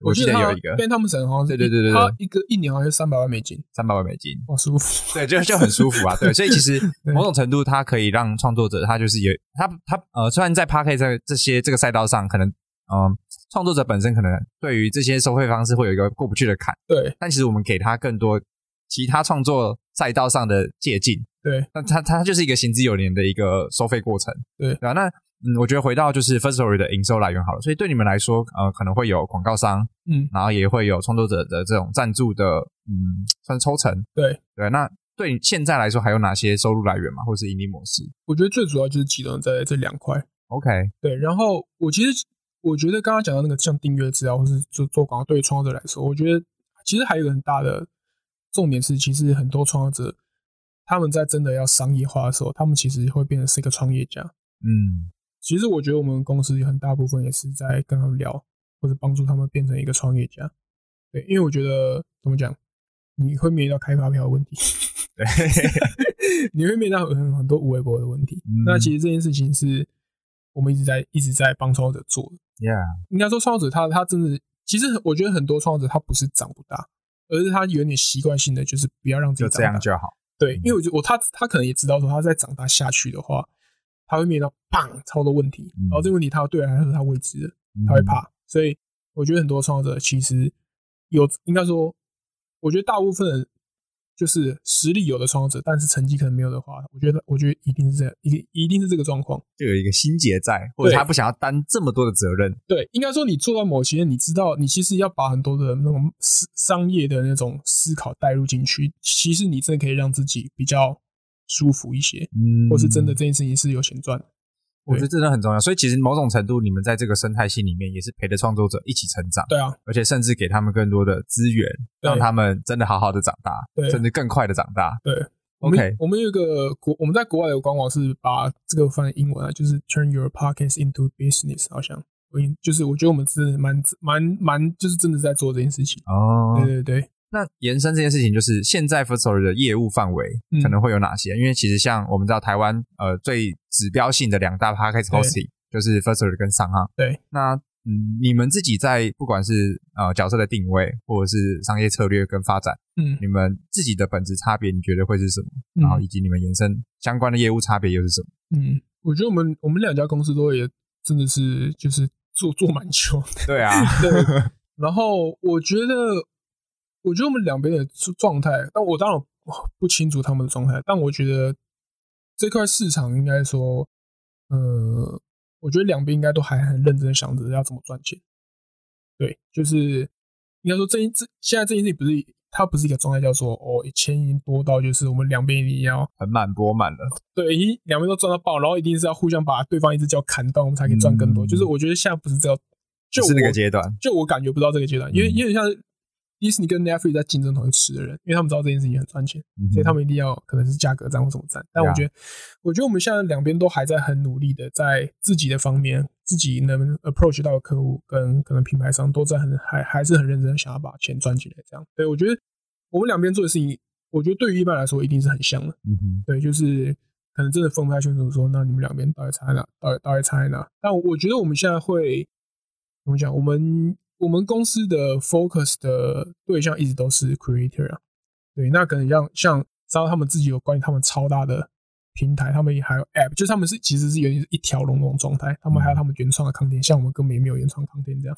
[SPEAKER 2] 我记
[SPEAKER 1] 得
[SPEAKER 2] 得
[SPEAKER 1] 他
[SPEAKER 2] 有一个
[SPEAKER 1] 跟他们省好像是一
[SPEAKER 2] 对对对对对
[SPEAKER 1] 他一个一年好像三百万美金，
[SPEAKER 2] 三百万美金，
[SPEAKER 1] 好舒服。
[SPEAKER 2] 对，就就很舒服啊。 对，所以其实
[SPEAKER 1] 对
[SPEAKER 2] 某种程度，它可以让创作者他就是有他他呃，虽然在 p a r k e 这这些这个赛道上，可能嗯、创作者本身可能对于这些收费方式会有一个过不去的坎，
[SPEAKER 1] 对
[SPEAKER 2] 但其实我们给他更多其他创作赛道上的借鉴，
[SPEAKER 1] 对
[SPEAKER 2] 那它它就是一个行之有年的一个收费过程，
[SPEAKER 1] 对
[SPEAKER 2] 对啊。那嗯，我觉得回到就是 First Story 的营收来源好了，所以对你们来说，呃，可能会有广告商，
[SPEAKER 1] 嗯，
[SPEAKER 2] 然后也会有创作者的这种赞助的，嗯，算抽成，
[SPEAKER 1] 对，
[SPEAKER 2] 对啊。那对你现在来说，还有哪些收入来源嘛，或是盈利模式
[SPEAKER 1] 我觉得最主要就是集中在这两块。
[SPEAKER 2] ？OK，
[SPEAKER 1] 对，然后我其实我觉得刚刚讲到那个像订阅制啊，或是做做广告，对于创作者来说，我觉得其实还有一个很大的重点是，其实很多创作者他们在真的要商业化的时候，他们其实会变成是一个创业家。
[SPEAKER 2] 嗯
[SPEAKER 1] 其实我觉得我们公司有很大部分也是在跟他们聊，或者帮助他们变成一个创业家。对，因为我觉得怎么讲，你会面临到开发票的问题，
[SPEAKER 2] 对，
[SPEAKER 1] 你会面临到很很多无微博的问题。
[SPEAKER 2] 嗯
[SPEAKER 1] 那其实这件事情是我们一直在一直在帮创作者做的。
[SPEAKER 2] ，Yeah，
[SPEAKER 1] 应该说创作者他他真的，其实我觉得很多创作者他不是长不大，而是他有点习惯性的就是不要让自
[SPEAKER 2] 就
[SPEAKER 1] 己
[SPEAKER 2] 这
[SPEAKER 1] 长
[SPEAKER 2] 样
[SPEAKER 1] 大。
[SPEAKER 2] 就好。
[SPEAKER 1] 对，因为我觉得我他他可能也知道说他再长大下去的话，他会面临到砰超多问题
[SPEAKER 2] 嗯，
[SPEAKER 1] 然后这个问题他对他来说他未知的，他会
[SPEAKER 2] 嗯，
[SPEAKER 1] 怕，所以我觉得很多创作者其实有应该说，我觉得大部分人就是实力有的创作者，但是成绩可能没有的话，我觉得我觉得一定是这样，一定一定是这个状况。
[SPEAKER 2] 就有一个心结在，或者
[SPEAKER 1] 对
[SPEAKER 2] 他不想要担这么多的责任。
[SPEAKER 1] 对，应该说你做到某些，你知道，你其实要把很多的那种思商业的那种思考带入进去，其实你真的可以让自己比较舒服一些，
[SPEAKER 2] 嗯
[SPEAKER 1] 或是真的这件事情是有钱赚的。
[SPEAKER 2] 我觉得真的很重要。所以其实某种程度，你们在这个生态系里面也是陪着创作者一起成长，
[SPEAKER 1] 对啊，
[SPEAKER 2] 而且甚至给他们更多的资源，
[SPEAKER 1] 对
[SPEAKER 2] 让他们真的好好的长大，
[SPEAKER 1] 对
[SPEAKER 2] 甚至更快的长大。
[SPEAKER 1] 对。我们
[SPEAKER 2] OK
[SPEAKER 1] 我们有一个国，我们在国外有官网是把这个翻译英文啊，就是 turn your podcast into business，好像我已经就是我觉得我们是蛮蛮蛮，就是真的在做这件事情。
[SPEAKER 2] 哦
[SPEAKER 1] 对对对，
[SPEAKER 2] 那延伸这件事情，就是现在 First Story 的业务范围
[SPEAKER 1] 嗯
[SPEAKER 2] 可能会有哪些？因为其实像我们知道台湾呃最指标性的两大 podcast
[SPEAKER 1] 对
[SPEAKER 2] hosting 就是 First Story 跟商行。
[SPEAKER 1] 对，
[SPEAKER 2] 那嗯，你们自己在不管是呃角色的定位，或者是商业策略跟发展，
[SPEAKER 1] 嗯
[SPEAKER 2] 你们自己的本质差别，你觉得会是什么？然后
[SPEAKER 1] 嗯
[SPEAKER 2] 以及你们延伸相关的业务差别又是什么？
[SPEAKER 1] 嗯，我觉得我们我们两家公司都也真的是就是做做蛮久的
[SPEAKER 2] 对啊，
[SPEAKER 1] 对，然后我觉得，我觉得我们两边的状态，但我当然不清楚他们的状态，但我觉得这块市场应该说，呃，我觉得两边应该都还很认真地想着要怎么赚钱。对，就是应该说这一这现在这件事情不是它不是一个状态，叫做哦钱已经多到就是我们两边一定要
[SPEAKER 2] 盆满钵满了。
[SPEAKER 1] 对，一两边都赚到爆，然后一定是要互相把对方一只脚砍断，我们才可以赚更多。
[SPEAKER 2] 嗯
[SPEAKER 1] 就是我觉得现在不是这样， 就
[SPEAKER 2] 不是那
[SPEAKER 1] 我
[SPEAKER 2] 个阶段
[SPEAKER 1] 就我感觉不到这个阶段，因为
[SPEAKER 2] 嗯
[SPEAKER 1] 因为像迪士尼跟 Netflix 在竞争同一池的人，因为他们知道这件事情很赚钱，所以他们一定要可能是价格战或什么战。但我觉得，我觉得我们现在两边都还在很努力的在自己的方面，自己能 approach 到的客户跟可能品牌商都在很还还是很认真地想要把钱赚进来。这样，对我觉得我们两边做的事情，我觉得对于一般来说一定是很像的。
[SPEAKER 2] 嗯哼，
[SPEAKER 1] 对，就是可能真的分不太清楚说，那你们两边到底差在哪？到底到底差在哪？但我觉得我们现在会怎么讲？我们我们公司的 focus 的对象一直都是 creator 啊，对，那可能像像像他们自己有关于他们超大的平台，他们也还有 app，就是他们是其实是
[SPEAKER 2] 嗯
[SPEAKER 1] 有点是一条龙那种状态，他们还有他们原创的 content，像我们根本也没有原创 content 这样。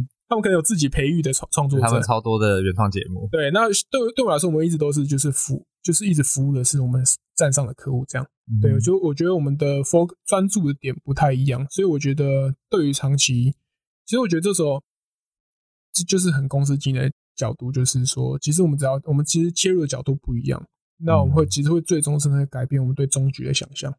[SPEAKER 2] 嗯
[SPEAKER 1] 他们可能有自己培育的创创作
[SPEAKER 2] 他们
[SPEAKER 1] 者。
[SPEAKER 2] 超多的原创节目，
[SPEAKER 1] 对，那对对我来说，我们一直都是就是服，就是一直服务的是我们站上的客户这样。对，我
[SPEAKER 2] 嗯
[SPEAKER 1] 就我觉得我们的 f o c 专注的点不太一样，所以我觉得对于长期，其实我觉得这时候这就是很公司经营的角度，就是说，其实我们只要我们其实切入的角度不一样，那我们会
[SPEAKER 2] 嗯
[SPEAKER 1] 其实会最终是会改变我们对终局的想象。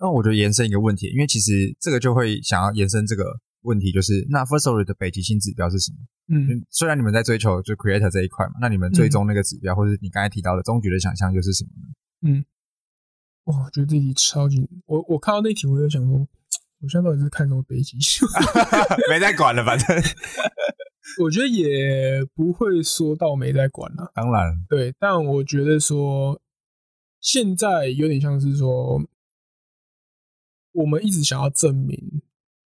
[SPEAKER 2] 那我觉得延伸一个问题，因为其实这个就会想要延伸这个问题，就是那 First Story 的北极星指标是什么？
[SPEAKER 1] 嗯，
[SPEAKER 2] 嗯虽然你们在追求就 creator 这一块嘛，那你们最终那个指标，或者你刚才提到的终局的想象又 是什么呢？
[SPEAKER 1] 哇，我觉得这题超级，我我看到那题，我就想说，我现在到底是看什么北极星？
[SPEAKER 2] 没在管了，反正
[SPEAKER 1] 我觉得也不会说到没在管啊啦、
[SPEAKER 2] 当然，
[SPEAKER 1] 对，但我觉得说，现在有点像是说，我们一直想要证明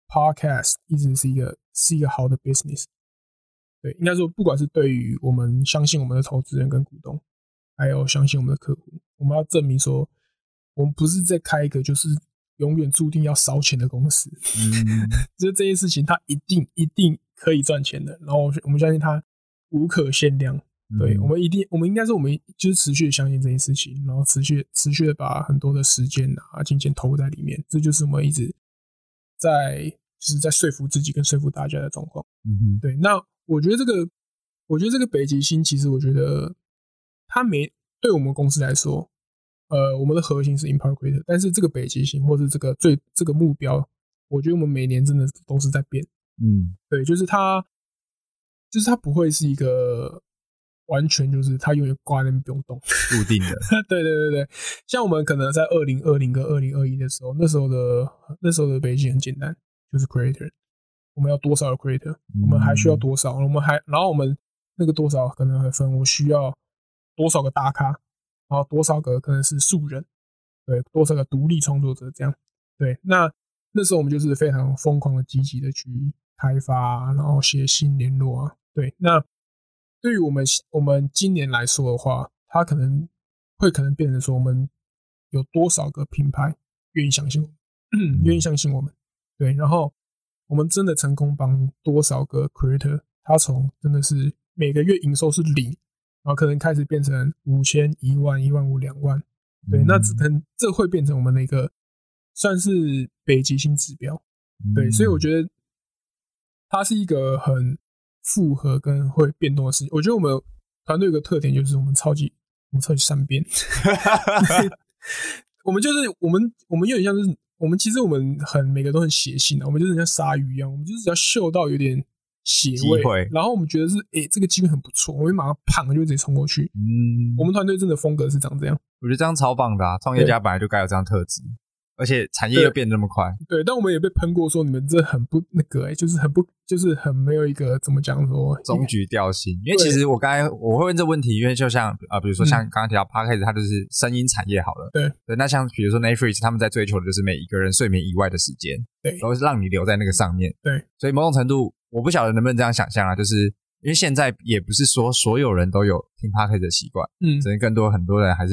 [SPEAKER 1] podcast 一直是一个是一个好的 business。对，应该说，不管是对于我们相信我们的投资人跟股东，还有相信我们的客户，我们要证明说，我们不是在开一个就是永远注定要烧钱的公司。
[SPEAKER 2] 嗯，
[SPEAKER 1] 就是这件事情，它一定一定可以赚钱的。然后我我们相信它无可限量。
[SPEAKER 2] 嗯
[SPEAKER 1] 对，我们一定，我们应该是我们就是持续地相信这件事情，然后持续持续的把很多的时间啊、金钱投入在里面，这就是我们一直在就是在说服自己跟说服大家的状况。
[SPEAKER 2] 嗯
[SPEAKER 1] 对，那我觉得这个，我觉得这个北极星，其实我觉得它没对我们公司来说，呃，我们的核心是 Empower Creator，但是这个北极星或是这个最这个目标，我觉得我们每年真的都是在变。
[SPEAKER 2] 嗯
[SPEAKER 1] 对，就是它，就是它不会是一个完全就是它永远挂在那边不用动。
[SPEAKER 2] 固定的，
[SPEAKER 1] 对对对对，像我们可能在二零二零跟二零二一的时候，那时候的那时候的北京很简单，就是 creator，我们要多少个 creator，我们还需要多少，我们还然后我们那个多少可能还分我需要多少个大咖，然后多少个可能是素人，对，多少个独立创作者这样，对，那那时候我们就是非常疯狂的、积极的去开发啊、然后写信联络啊，对，那对于我们我们今年来说的话，它可能会可能变成说，我们有多少个品牌愿意相信我们，愿意相信我们，对，然后我们真的成功帮多少个 creator，他从真的是每个月营收是零，然后可能开始变成五千、一万、一万五、两万，对，
[SPEAKER 2] 嗯
[SPEAKER 1] 那这可能这会变成我们的一个算是北极星指标，
[SPEAKER 2] 嗯
[SPEAKER 1] 对，所以我觉得它是一个很复合跟会变动的事情。我觉得我们团队有个特点就是我们超级我们超级善变，我们就是我们我们有点像是我们其实我们很每个都很血性的，我们就是像鲨鱼一样，我们就是只要嗅到有点血
[SPEAKER 2] 机会
[SPEAKER 1] 味，然后我们觉得是诶、这个机会很不错，我们会马上胖就直接冲过去。
[SPEAKER 2] 嗯，
[SPEAKER 1] 我们团队真的风格是长这样。
[SPEAKER 2] 我觉得这样超棒的啊！创业家本来就该有这样特质，而且产业又变得那么快，
[SPEAKER 1] 对，但我们也被喷过，说你们这很不那个、欸，就是很不，就是很没有一个怎么讲说
[SPEAKER 2] 终局调性。因为其实我刚才我会问这问题，因为就像啊、呃比如说像刚刚提到 podcast，它就是声音产业好了，
[SPEAKER 1] 嗯对
[SPEAKER 2] 对。那像比如说 Netflix，他们在追求的就是每一个人睡眠以外的时间，
[SPEAKER 1] 对
[SPEAKER 2] 然后是让你留在那个上面，
[SPEAKER 1] 对。
[SPEAKER 2] 所以某种程度，我不晓得能不能这样想象啊，就是因为现在也不是说所有人都有听 podcast 的习惯，
[SPEAKER 1] 嗯
[SPEAKER 2] 只，能更多很多人还是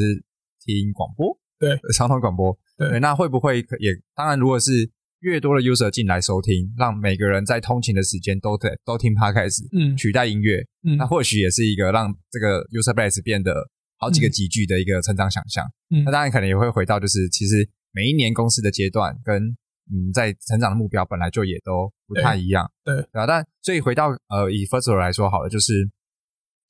[SPEAKER 2] 听广播，
[SPEAKER 1] 对
[SPEAKER 2] 呃，传统广播，
[SPEAKER 1] 对
[SPEAKER 2] 那会不会可也当然，如果是越多的 user 进来收听，让每个人在通勤的时间都在都听 podcast，
[SPEAKER 1] 嗯
[SPEAKER 2] 取代音乐，
[SPEAKER 1] 嗯
[SPEAKER 2] 那或许也是一个让这个 user base 变得好几个集聚的一个成长想象。
[SPEAKER 1] 嗯
[SPEAKER 2] 那当然可能也会回到就是，其实每一年公司的阶段跟嗯在成长的目标本来就也都不太一样，
[SPEAKER 1] 对对
[SPEAKER 2] 啊。但所以回到呃以 First Story 来说好了，就是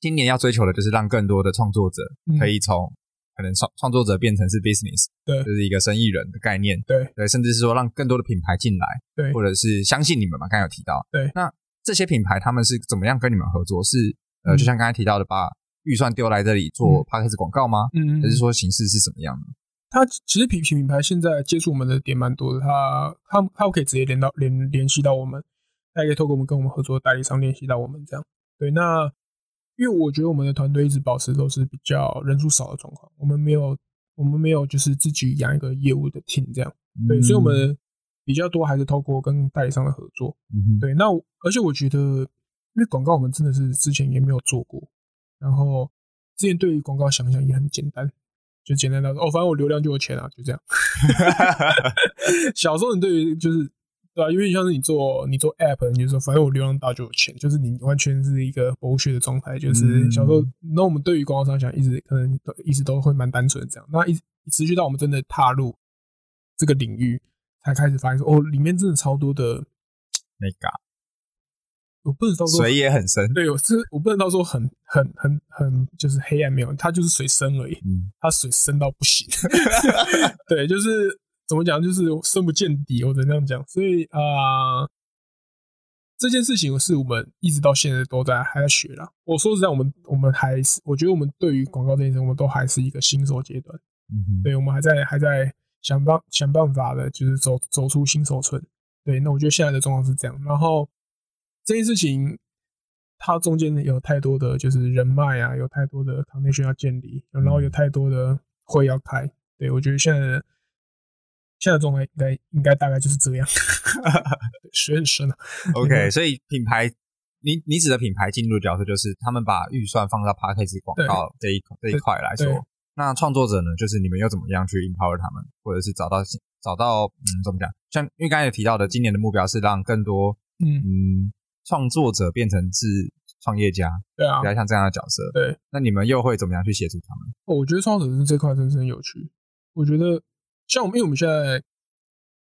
[SPEAKER 2] 今年要追求的就是让更多的创作者
[SPEAKER 1] 嗯
[SPEAKER 2] 可以从可能创创作者变成是 business，
[SPEAKER 1] 对
[SPEAKER 2] 就是一个生意人的概念，
[SPEAKER 1] 对
[SPEAKER 2] 对，甚至是说让更多的品牌进来，
[SPEAKER 1] 对
[SPEAKER 2] 或者是相信你们嘛，刚才有提到，
[SPEAKER 1] 对
[SPEAKER 2] 那这些品牌他们是怎么样跟你们合作？是
[SPEAKER 1] 嗯
[SPEAKER 2] 呃，就像刚才提到的，把预算丢来这里做
[SPEAKER 1] 嗯
[SPEAKER 2] p a c k a g e 广告吗？
[SPEAKER 1] 嗯，
[SPEAKER 2] 还是说形式是怎么样的？
[SPEAKER 1] 他其实品品牌现在接触我们的点蛮多的，他他他们可以直接连到联联系到我们，他也可以透过我们跟我们合作的代理商联系到我们这样。对，那因为我觉得我们的团队一直保持都是比较人数少的状况，我们没有我们没有就是自己养一个业务的 team 这样，对，所以我们比较多还是透过跟代理商的合作。
[SPEAKER 2] 嗯
[SPEAKER 1] 对，那我而且我觉得，因为广告我们真的是之前也没有做过，然后之前对于广告想想也很简单，就简 单到说哦，反正我流量就有钱啊，就这样。小时候你对于就是对啊，因为像是你做你做 app，你就说反正我流量大就有钱，就是你完全是一个剥削的状态。就是
[SPEAKER 2] 嗯
[SPEAKER 1] 小时候，那我们对于广告商想一直可能都一直都会蛮单纯的这样。那一直持续到我们真的踏入这个领域，才开始发现说哦，里面真的超多的，
[SPEAKER 2] 那个
[SPEAKER 1] 我不能到说
[SPEAKER 2] 水也很深，
[SPEAKER 1] 对，我是我不能到说很很很很就是黑暗没有，它就是水深而已，
[SPEAKER 2] 嗯，
[SPEAKER 1] 它水深到不行。 对，就是怎么讲，就是深不见底，我只能这样讲。所以啊、呃这件事情是我们一直到现在都在还在学啦。我说实在，我们我们还是我觉得我们对于广告这件事，我们都还是一个新手阶段。
[SPEAKER 2] 嗯哼
[SPEAKER 1] 对，我们还在还在想办想办法的，就是走走出新手村。对，那我觉得现在的状况是这样。然后这件事情，它中间有太多的就是人脉啊，有太多的 connection 要建立，然后有太多的会要开。对我觉得现在的现在的状态应该应该大概就是这样， 水很深啊。
[SPEAKER 2] OK，所以品牌，你你指的品牌进入的角色就是他们把预算放到 p a c k a g e 广告这一这一块来
[SPEAKER 1] 对
[SPEAKER 2] 说。那创作者呢，就是你们又怎么样去 empower 他们，或者是找到找到嗯怎么讲？像因为刚才有提到的，今年的目标是让更多
[SPEAKER 1] 嗯，
[SPEAKER 2] 嗯创作者变成是创业家，
[SPEAKER 1] 对啊
[SPEAKER 2] 比，较像这样的角色。
[SPEAKER 1] 对。
[SPEAKER 2] 那你们又会怎么样去协助他们？
[SPEAKER 1] 哦我觉得创始人这块真是很有趣。我觉得像我们，因为我们现在，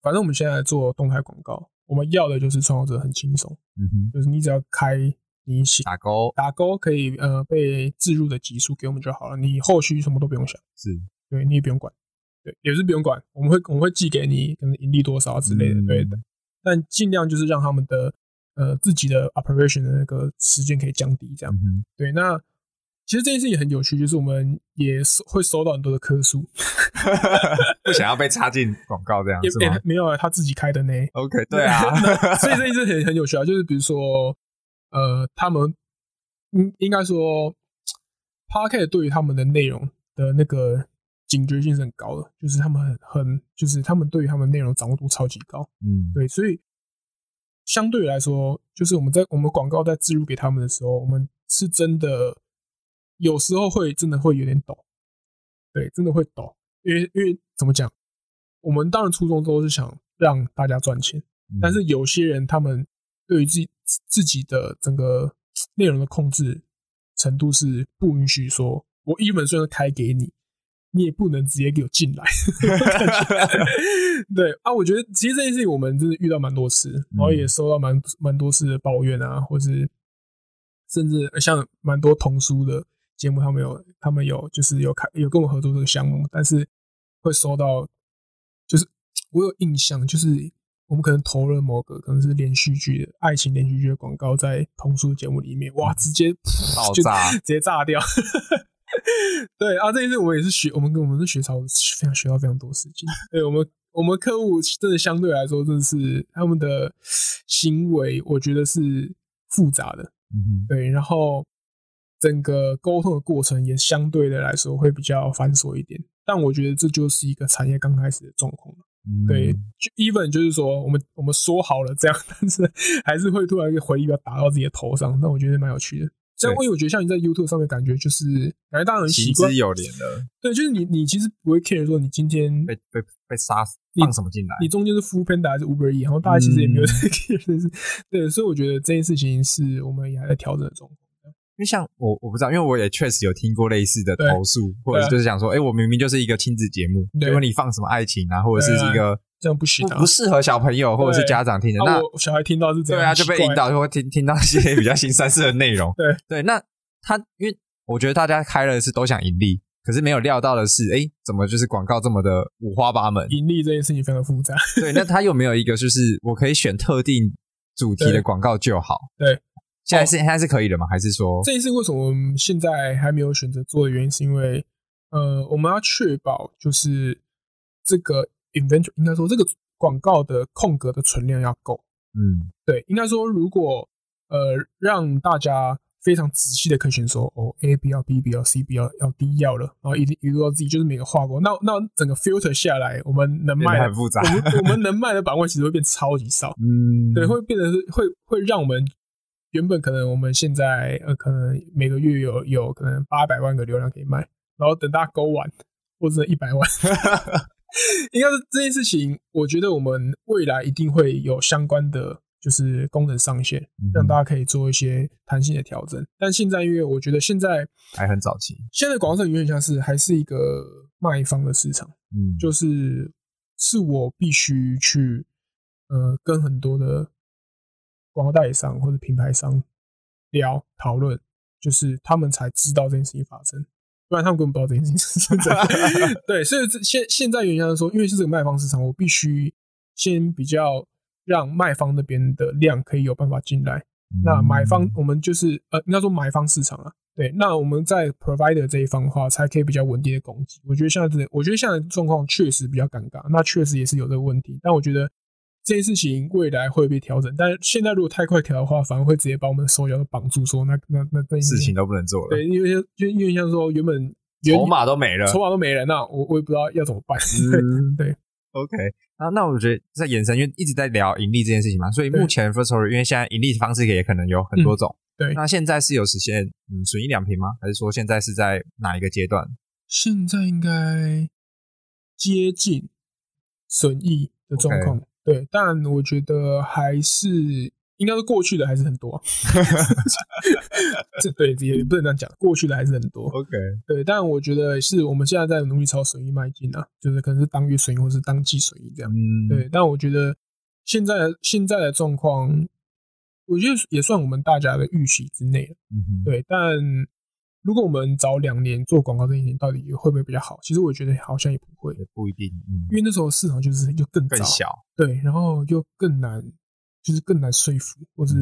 [SPEAKER 1] 反正我们现在做动态广告，我们要的就是创作者很轻松，
[SPEAKER 2] 嗯哼，
[SPEAKER 1] 就是你只要开你写
[SPEAKER 2] 打勾
[SPEAKER 1] 打勾可以呃被置入的集数给我们就好了，你后续什么都不用想，
[SPEAKER 2] 是
[SPEAKER 1] 对你也不用管，对，也是不用管，我们会我们会寄给你可能盈利多少啊之类的，对的。但尽量就是让他们的呃自己的 operation 的那个时间可以降低，这样
[SPEAKER 2] 嗯。哼，
[SPEAKER 1] 对，那其实这件事情很有趣，就是我们也收会收到很多的客诉，
[SPEAKER 2] 不想要被插进广告这样
[SPEAKER 1] 也
[SPEAKER 2] 是
[SPEAKER 1] 也
[SPEAKER 2] 吗
[SPEAKER 1] 没有啊，他自己开的呢。
[SPEAKER 2] ？OK，对 啊，
[SPEAKER 1] 所以这件事很很有趣啊，就是比如说，呃，他们应应该说 p o c a s t 对于他们的内容的那个警觉性是很高的，就是他们很很就是他们对于他们内容掌握度超级高，
[SPEAKER 2] 嗯，
[SPEAKER 1] 对，所以相对来说，就是我们在我们广告在植入给他们的时候，我们是真的有时候会真的会有点抖，对，真的会抖，因为因为怎么讲，我们当然初衷都是想让大家赚钱，
[SPEAKER 2] 嗯
[SPEAKER 1] 但是有些人他们对于自己自己的整个内容的控制程度是不允许说，我一本虽然开给你，你也不能直接给我进来。 对啊，我觉得其实这件事情我们真的遇到蛮多次，然后也收到蛮蛮多次的抱怨啊，或是甚至呃像蛮多童书的节目，他们有他们有就是有开有跟我合作这个项目，但是会收到就是我有印象，就是我们可能投了某个可能是连续剧的爱情连续剧的广告在童书节目里面，哇，直接
[SPEAKER 2] 嗯 爆
[SPEAKER 1] 就
[SPEAKER 2] 炸
[SPEAKER 1] 直接炸掉。 对啊，这件事我们也是学，我们跟我们是学潮，非常学到非常多事情。对我们，我们客户真的相对来说，真的是他们的行为，我觉得是复杂的。
[SPEAKER 2] 嗯哼
[SPEAKER 1] 对，然后整个沟通的过程也相对的来说会比较繁琐一点。但我觉得这就是一个产业刚开始的状况。
[SPEAKER 2] 嗯
[SPEAKER 1] 对，就 even 就是说，我们我们说好了这样， 但是还是会突然一个回力镖打到自己的头上，那我觉得蛮有趣的。像因为我觉得像你在 YouTube 上面，感觉就是感觉大家很习
[SPEAKER 2] 行
[SPEAKER 1] 惯
[SPEAKER 2] 之，有年的。
[SPEAKER 1] 对，就是你你其实不会 care 说你今天
[SPEAKER 2] 被被被杀死，
[SPEAKER 1] 你
[SPEAKER 2] 放什么进来？
[SPEAKER 1] 你中间是 Full Panda 还是 Uber E，然后大家其实也没有
[SPEAKER 2] 嗯
[SPEAKER 1] 在 care 这件事，对，所以我觉得这件事情是我们也还在调整的中。
[SPEAKER 2] 因为像我我不知道，因为我也确实有听过类似的
[SPEAKER 1] 对
[SPEAKER 2] 投诉，或者
[SPEAKER 1] 对啊
[SPEAKER 2] 是就是想说，哎，我明明就是一个亲子节目，
[SPEAKER 1] 对
[SPEAKER 2] 结果你放什么爱情啊，或者是
[SPEAKER 1] 对啊
[SPEAKER 2] 一个
[SPEAKER 1] 这样不行
[SPEAKER 2] 不
[SPEAKER 1] 啊
[SPEAKER 2] 不适合小朋友或者是
[SPEAKER 1] 对
[SPEAKER 2] 家长听的，
[SPEAKER 1] 啊
[SPEAKER 2] 那，
[SPEAKER 1] 我小孩听到是这
[SPEAKER 2] 对
[SPEAKER 1] 样，很
[SPEAKER 2] 啊就被
[SPEAKER 1] 奇怪。
[SPEAKER 2] 引，导就会听听到一些比较新三色的内容
[SPEAKER 1] 对
[SPEAKER 2] 对，那他因为我觉得大家开了是都想盈利，可是没有料到的是，哎，怎么就是广告这么的五花八门？
[SPEAKER 1] 盈利这件事情非常复杂。
[SPEAKER 2] 对，那他有没有一个就是我可以选特定主题
[SPEAKER 1] 对
[SPEAKER 2] 的广告就好？
[SPEAKER 1] 对，哦
[SPEAKER 2] 现在是现在是可以的吗？还是说
[SPEAKER 1] 这也是为什么我们现在还没有选择做的原因，是因为呃，我们要确保就是这个 inventory 应该说这个广告的空格的存量要够。
[SPEAKER 2] 嗯
[SPEAKER 1] 对，应该说如果呃让大家非常仔细的可以选说哦 A 不要 B 不要 C 不要要 D 要了，然后一定一路到自己就是每个划过，那那整个 filter 下来，我们能
[SPEAKER 2] 变
[SPEAKER 1] 卖
[SPEAKER 2] 得
[SPEAKER 1] 的
[SPEAKER 2] 很复杂
[SPEAKER 1] 我？们我们能卖的版位其实会变超级少。
[SPEAKER 2] 嗯，
[SPEAKER 1] 对，会变得是会会让我们原本可能我们现在呃可能每个月有有可能八百万个流量可以卖，然后等大家勾完，我只能一百万，应该是这件事情，我觉得我们未来一定会有相关的就是功能上限，
[SPEAKER 2] 嗯
[SPEAKER 1] 让大家可以做一些弹性的调整。但现在，因为我觉得现在
[SPEAKER 2] 还很早期，
[SPEAKER 1] 现在广告市场有点像是还是一个卖方的市场，
[SPEAKER 2] 嗯，
[SPEAKER 1] 就是是我必须去呃跟很多的广告代理商或者品牌商聊讨论，就是他们才知道这件事情发生，不然他们根本不知道这件事情是真的。 对，所以这现现在原先说，因为是这个卖方市场，我必须先比较让卖方那边的量可以有办法进来，那买方
[SPEAKER 2] 嗯
[SPEAKER 1] 我们就是呃，应该说买方市场啊，对。那我们在 provider 这一方的话，才可以比较稳定的供给。我觉得现在这，我觉得现在的状况确实比较尴尬，那确实也是有这个问题。但我觉得这件事情未来会被调整，但是现在如果太快调的话，反而会直接把我们的手脚都绑住说那那那这件
[SPEAKER 2] 事情都不能做了，
[SPEAKER 1] 对，因为就因为像说原本原
[SPEAKER 2] 筹码都没了。
[SPEAKER 1] 筹码都没人，那啊我我也不知道要怎么办。
[SPEAKER 2] 嗯
[SPEAKER 1] 对
[SPEAKER 2] ，OK，那那我觉得在延伸，因为一直在聊盈利这件事情嘛，所以目前 First Story 因为现在盈利方式也可能有很多种，
[SPEAKER 1] 嗯对
[SPEAKER 2] 那现在是有实现嗯损益两平吗？还是说现在是在哪一个阶段？
[SPEAKER 1] 现在应该接近损益的状
[SPEAKER 2] OK
[SPEAKER 1] 况对，但我觉得还是应该是过去的还是很 多，这对也不能这样讲，过去的还是很多
[SPEAKER 2] OK，
[SPEAKER 1] 对，但我觉得是我们现在在努力朝损益迈进啊，就是可能是当月损益或是当季损益这样，
[SPEAKER 2] 嗯，
[SPEAKER 1] 对，但我觉得现在现在的状况，我觉得也算我们大家的预期之内了。
[SPEAKER 2] 嗯哼，
[SPEAKER 1] 对，但如果我们早两年做广告这件事情，到底会不会比较好？其实我觉得好像也不会，
[SPEAKER 2] 也不一定，嗯
[SPEAKER 1] 因为那时候市场就是又更
[SPEAKER 2] 更
[SPEAKER 1] 早
[SPEAKER 2] 小，
[SPEAKER 1] 对，然后又更难，就是更难说服，或是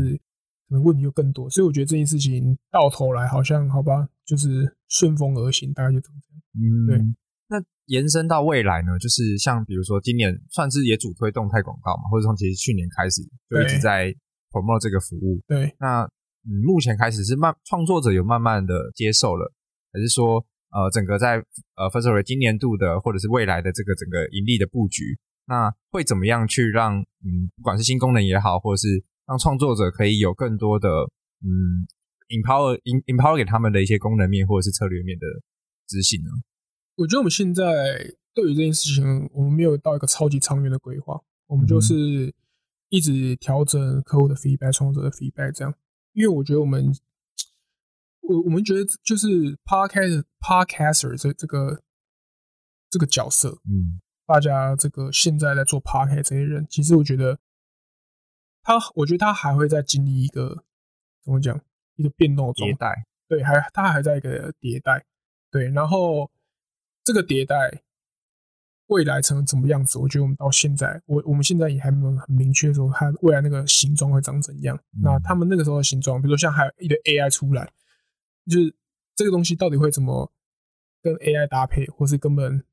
[SPEAKER 1] 可能问题又更多，所以我觉得这件事情到头来好像好吧，就是顺风而行，大概就这么样。
[SPEAKER 2] 嗯
[SPEAKER 1] 对。
[SPEAKER 2] 那延伸到未来呢，就是像比如说今年算是也主推动态广告嘛，或者从其实去年开始就一直
[SPEAKER 1] 对
[SPEAKER 2] 在 promote 这个服务，
[SPEAKER 1] 对，
[SPEAKER 2] 那嗯，目前开始是慢创作者有慢慢的接受了，还是说呃，整个在呃 f i r s t o r y 今年度的或者是未来的这个整个盈利的布局，那会怎么样去让嗯，不管是新功能也好，或者是让创作者可以有更多的嗯 empower em- empower 给他们的一些功能面或者是策略面的执行呢？
[SPEAKER 1] 我觉得我们现在对于这件事情，我们没有到一个超级长远的规划，我们就是一直调整客户的 feedback、创作者的 feedback 这样。因为我觉得我们，我我们觉得就是 podcast podcaster 这这个这个角色，
[SPEAKER 2] 嗯
[SPEAKER 1] 大家这个现在在做 podcast 这些人，其实我觉得他，我觉得他还会再经历一个怎么讲一个变动的状
[SPEAKER 2] 迭
[SPEAKER 1] 态。
[SPEAKER 2] 代，
[SPEAKER 1] 对，还它还在一个迭代，对，然后这个迭代未来成怎么样子，我觉得我们到现在，我我们现在也还没有很明确说它未来那个形状会长怎样。那他们那个时候的形状，比如说像还有一堆 AI 出来，就是这个东西到底会怎么跟 AI 搭配，或是根本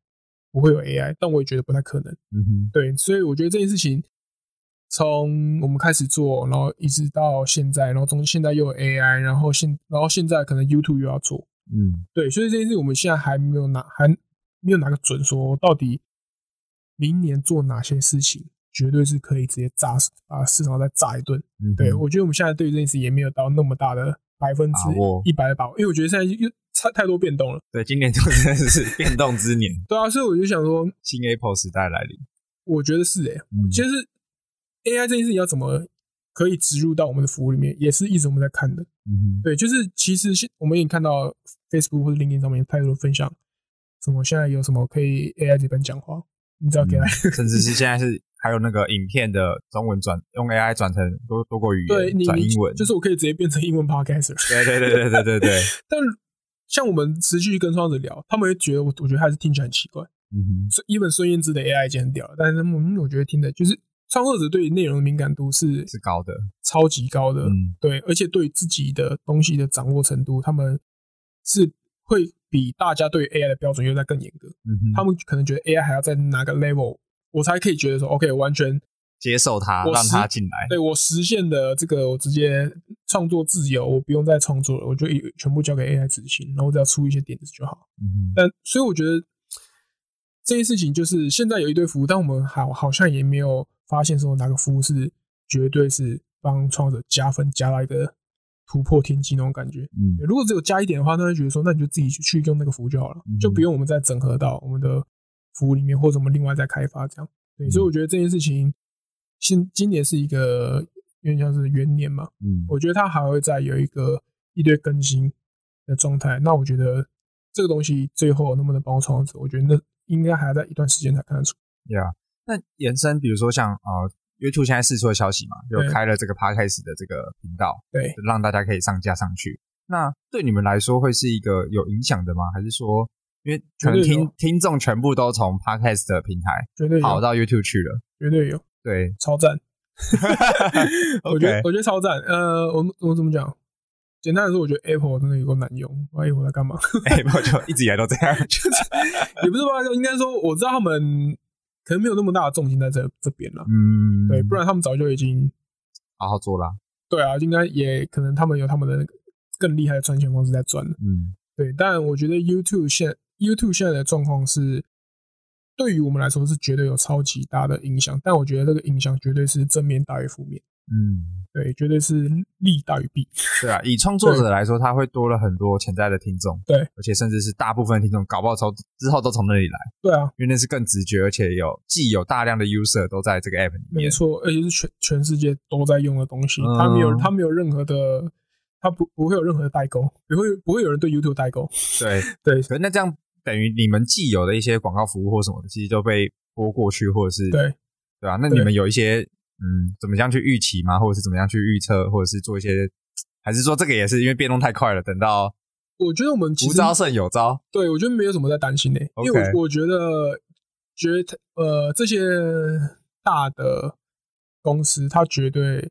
[SPEAKER 1] 不会有 AI，但我也觉得不太可能。
[SPEAKER 2] 嗯哼，
[SPEAKER 1] 对，所以我觉得这件事情从我们开始做，然后一直到现在，然后中现在又有 AI，然后现然后现在可能 YouTube 又要做，
[SPEAKER 2] 嗯
[SPEAKER 1] 对，所以这件事情我们现在还没有拿还没有拿个准说到底明年做哪些事情，绝对是可以直接炸死把市场再炸一顿。
[SPEAKER 2] 嗯哼，
[SPEAKER 1] 对我觉得我们现在对于这件事也没有到那么大的百分之
[SPEAKER 2] 把握
[SPEAKER 1] 一百的把握，因为我觉得现在又太太多变动了。
[SPEAKER 2] 对，今年度真的是变动之年，
[SPEAKER 1] 对啊，所以我就想说，
[SPEAKER 2] 新 Apple 时代来临，
[SPEAKER 1] 我觉得是欸诶、
[SPEAKER 2] 嗯
[SPEAKER 1] 其实 AI 这件事情要怎么可以植入到我们的服务里面，也是一直我们在看的。
[SPEAKER 2] 嗯哼，
[SPEAKER 1] 对，就是其实现我们也看到 Facebook 或者 LinkedIn 上面有太多的分享，什么现在有什么可以 AI 这边讲话，你只
[SPEAKER 2] 嗯
[SPEAKER 1] 要给它、
[SPEAKER 2] 甚至是现在是还有那个影片的中文转用 AI 转成多多国语
[SPEAKER 1] 对
[SPEAKER 2] 言
[SPEAKER 1] 你
[SPEAKER 2] 转
[SPEAKER 1] 你
[SPEAKER 2] 英文，
[SPEAKER 1] 就是我可以直接变成英文 podcaster。
[SPEAKER 2] 对对对对对对 对，
[SPEAKER 1] 但像我们持续跟创作者聊，他们会觉得我我觉得还是听起来很奇怪。
[SPEAKER 2] 嗯
[SPEAKER 1] 所以一本孙燕姿的 AI 已经很屌了，但是他们嗯我觉得听的就是创作者对内容的敏感度是
[SPEAKER 2] 哼，是高的，
[SPEAKER 1] 超级高的。
[SPEAKER 2] 嗯
[SPEAKER 1] 对，而且对自己的东西的掌握程度，他们是会比大家对 AI 的标准又在更严格。
[SPEAKER 2] 嗯哼，
[SPEAKER 1] 他们可能觉得 AI 还要在哪个 level，我才可以觉得说，OK，我完全
[SPEAKER 2] 接受它，
[SPEAKER 1] 我
[SPEAKER 2] 让
[SPEAKER 1] 实
[SPEAKER 2] 它进来，
[SPEAKER 1] 对我实现的这个，我直接创作自由，我不用再创作了，我就一全部交给 AI 执行，然后我只要出一些点子就好。
[SPEAKER 2] 嗯哼，
[SPEAKER 1] 但所以我觉得这件事情就是现在有一堆服务，但我们好好像也没有发现说哪个服务是绝对是帮创作者加分加到一个突破天际那种感觉。
[SPEAKER 2] 嗯
[SPEAKER 1] 如果只有加一点的话，那就觉得说，那你就自己去去用那个服务就好了
[SPEAKER 2] 嗯，
[SPEAKER 1] 就不用我们再整合到我们的服务里面，或者我们另外再开发这样。对，
[SPEAKER 2] 嗯
[SPEAKER 1] 所以我觉得这件事情，现今年是一个有点像是元年嘛，
[SPEAKER 2] 嗯，
[SPEAKER 1] 我觉得它还会再有一个一堆更新的状态。那我觉得这个东西最后能不能帮我创作者，我觉得那应该还要在一段时间才看得出。
[SPEAKER 2] 那延伸，比如说像呃，YouTube 现在试出的消息嘛，
[SPEAKER 1] 对
[SPEAKER 2] 就开了这个 Podcast 的这个频道，
[SPEAKER 1] 对，
[SPEAKER 2] 让大家可以上架上去。那对你们来说会是一个有影响的吗？还是说，因为可
[SPEAKER 1] 绝
[SPEAKER 2] 能
[SPEAKER 1] 对有
[SPEAKER 2] 听听众全部都从 Podcast 的平台
[SPEAKER 1] 绝对啊
[SPEAKER 2] 跑
[SPEAKER 1] 有，
[SPEAKER 2] 到 YouTube 去了？
[SPEAKER 1] 绝对有，
[SPEAKER 2] 对
[SPEAKER 1] 超赞。 我觉得
[SPEAKER 2] OK
[SPEAKER 1] 我觉得超赞。呃，我们我怎么讲？简单的说，我觉得 Apple 真的有够难用。我 Apple 在干嘛？
[SPEAKER 2] 哎，我就一直以来都这样，
[SPEAKER 1] 也不是吧，应该说我知道他们可能没有那么大的重心在这这边了。
[SPEAKER 2] 嗯，
[SPEAKER 1] 对，不然他们早就已经
[SPEAKER 2] 好好做啦，
[SPEAKER 1] 对啊，应该也可能他们有他们的那个更厉害的赚钱方式在赚了。
[SPEAKER 2] 嗯
[SPEAKER 1] 对，但我觉得 YouTube 现 YouTube 现在的状况是，对于我们来说是绝对有超级大的影响，但我觉得这个影响绝对是正面大于负面，
[SPEAKER 2] 嗯，
[SPEAKER 1] 对，绝对是利大于弊。
[SPEAKER 2] 对啊，以创作者来说，他会多了很多潜在的听众，
[SPEAKER 1] 对，
[SPEAKER 2] 而且甚至是大部分听众搞不好从之后都从那里来。
[SPEAKER 1] 对啊，
[SPEAKER 2] 因为那是更直觉，而且有既有大量的 user 都在这个 app 里面。
[SPEAKER 1] 没错，而且是全全世界都在用的东西，它没有
[SPEAKER 2] 嗯
[SPEAKER 1] 它没有任何的，它不不会有任何的代沟，不会不会有人对 YouTube 代沟。
[SPEAKER 2] 对，
[SPEAKER 1] 对
[SPEAKER 2] 可是那这样等于你们既有的一些广告服务或什么的，其实都被拨过去，或者是
[SPEAKER 1] 对
[SPEAKER 2] 对啊，那
[SPEAKER 1] 对
[SPEAKER 2] 你们有一些嗯，怎么样去预期吗？或者是怎么样去预测，或者是做一些，还是说这个也是因为变动太快了，等到
[SPEAKER 1] 我觉得我们其
[SPEAKER 2] 无
[SPEAKER 1] 实
[SPEAKER 2] 招胜有招？
[SPEAKER 1] 对，我觉得没有什么在担心的、欸因为
[SPEAKER 2] OK
[SPEAKER 1] 我我觉得，觉得呃，这些大的公司，它绝对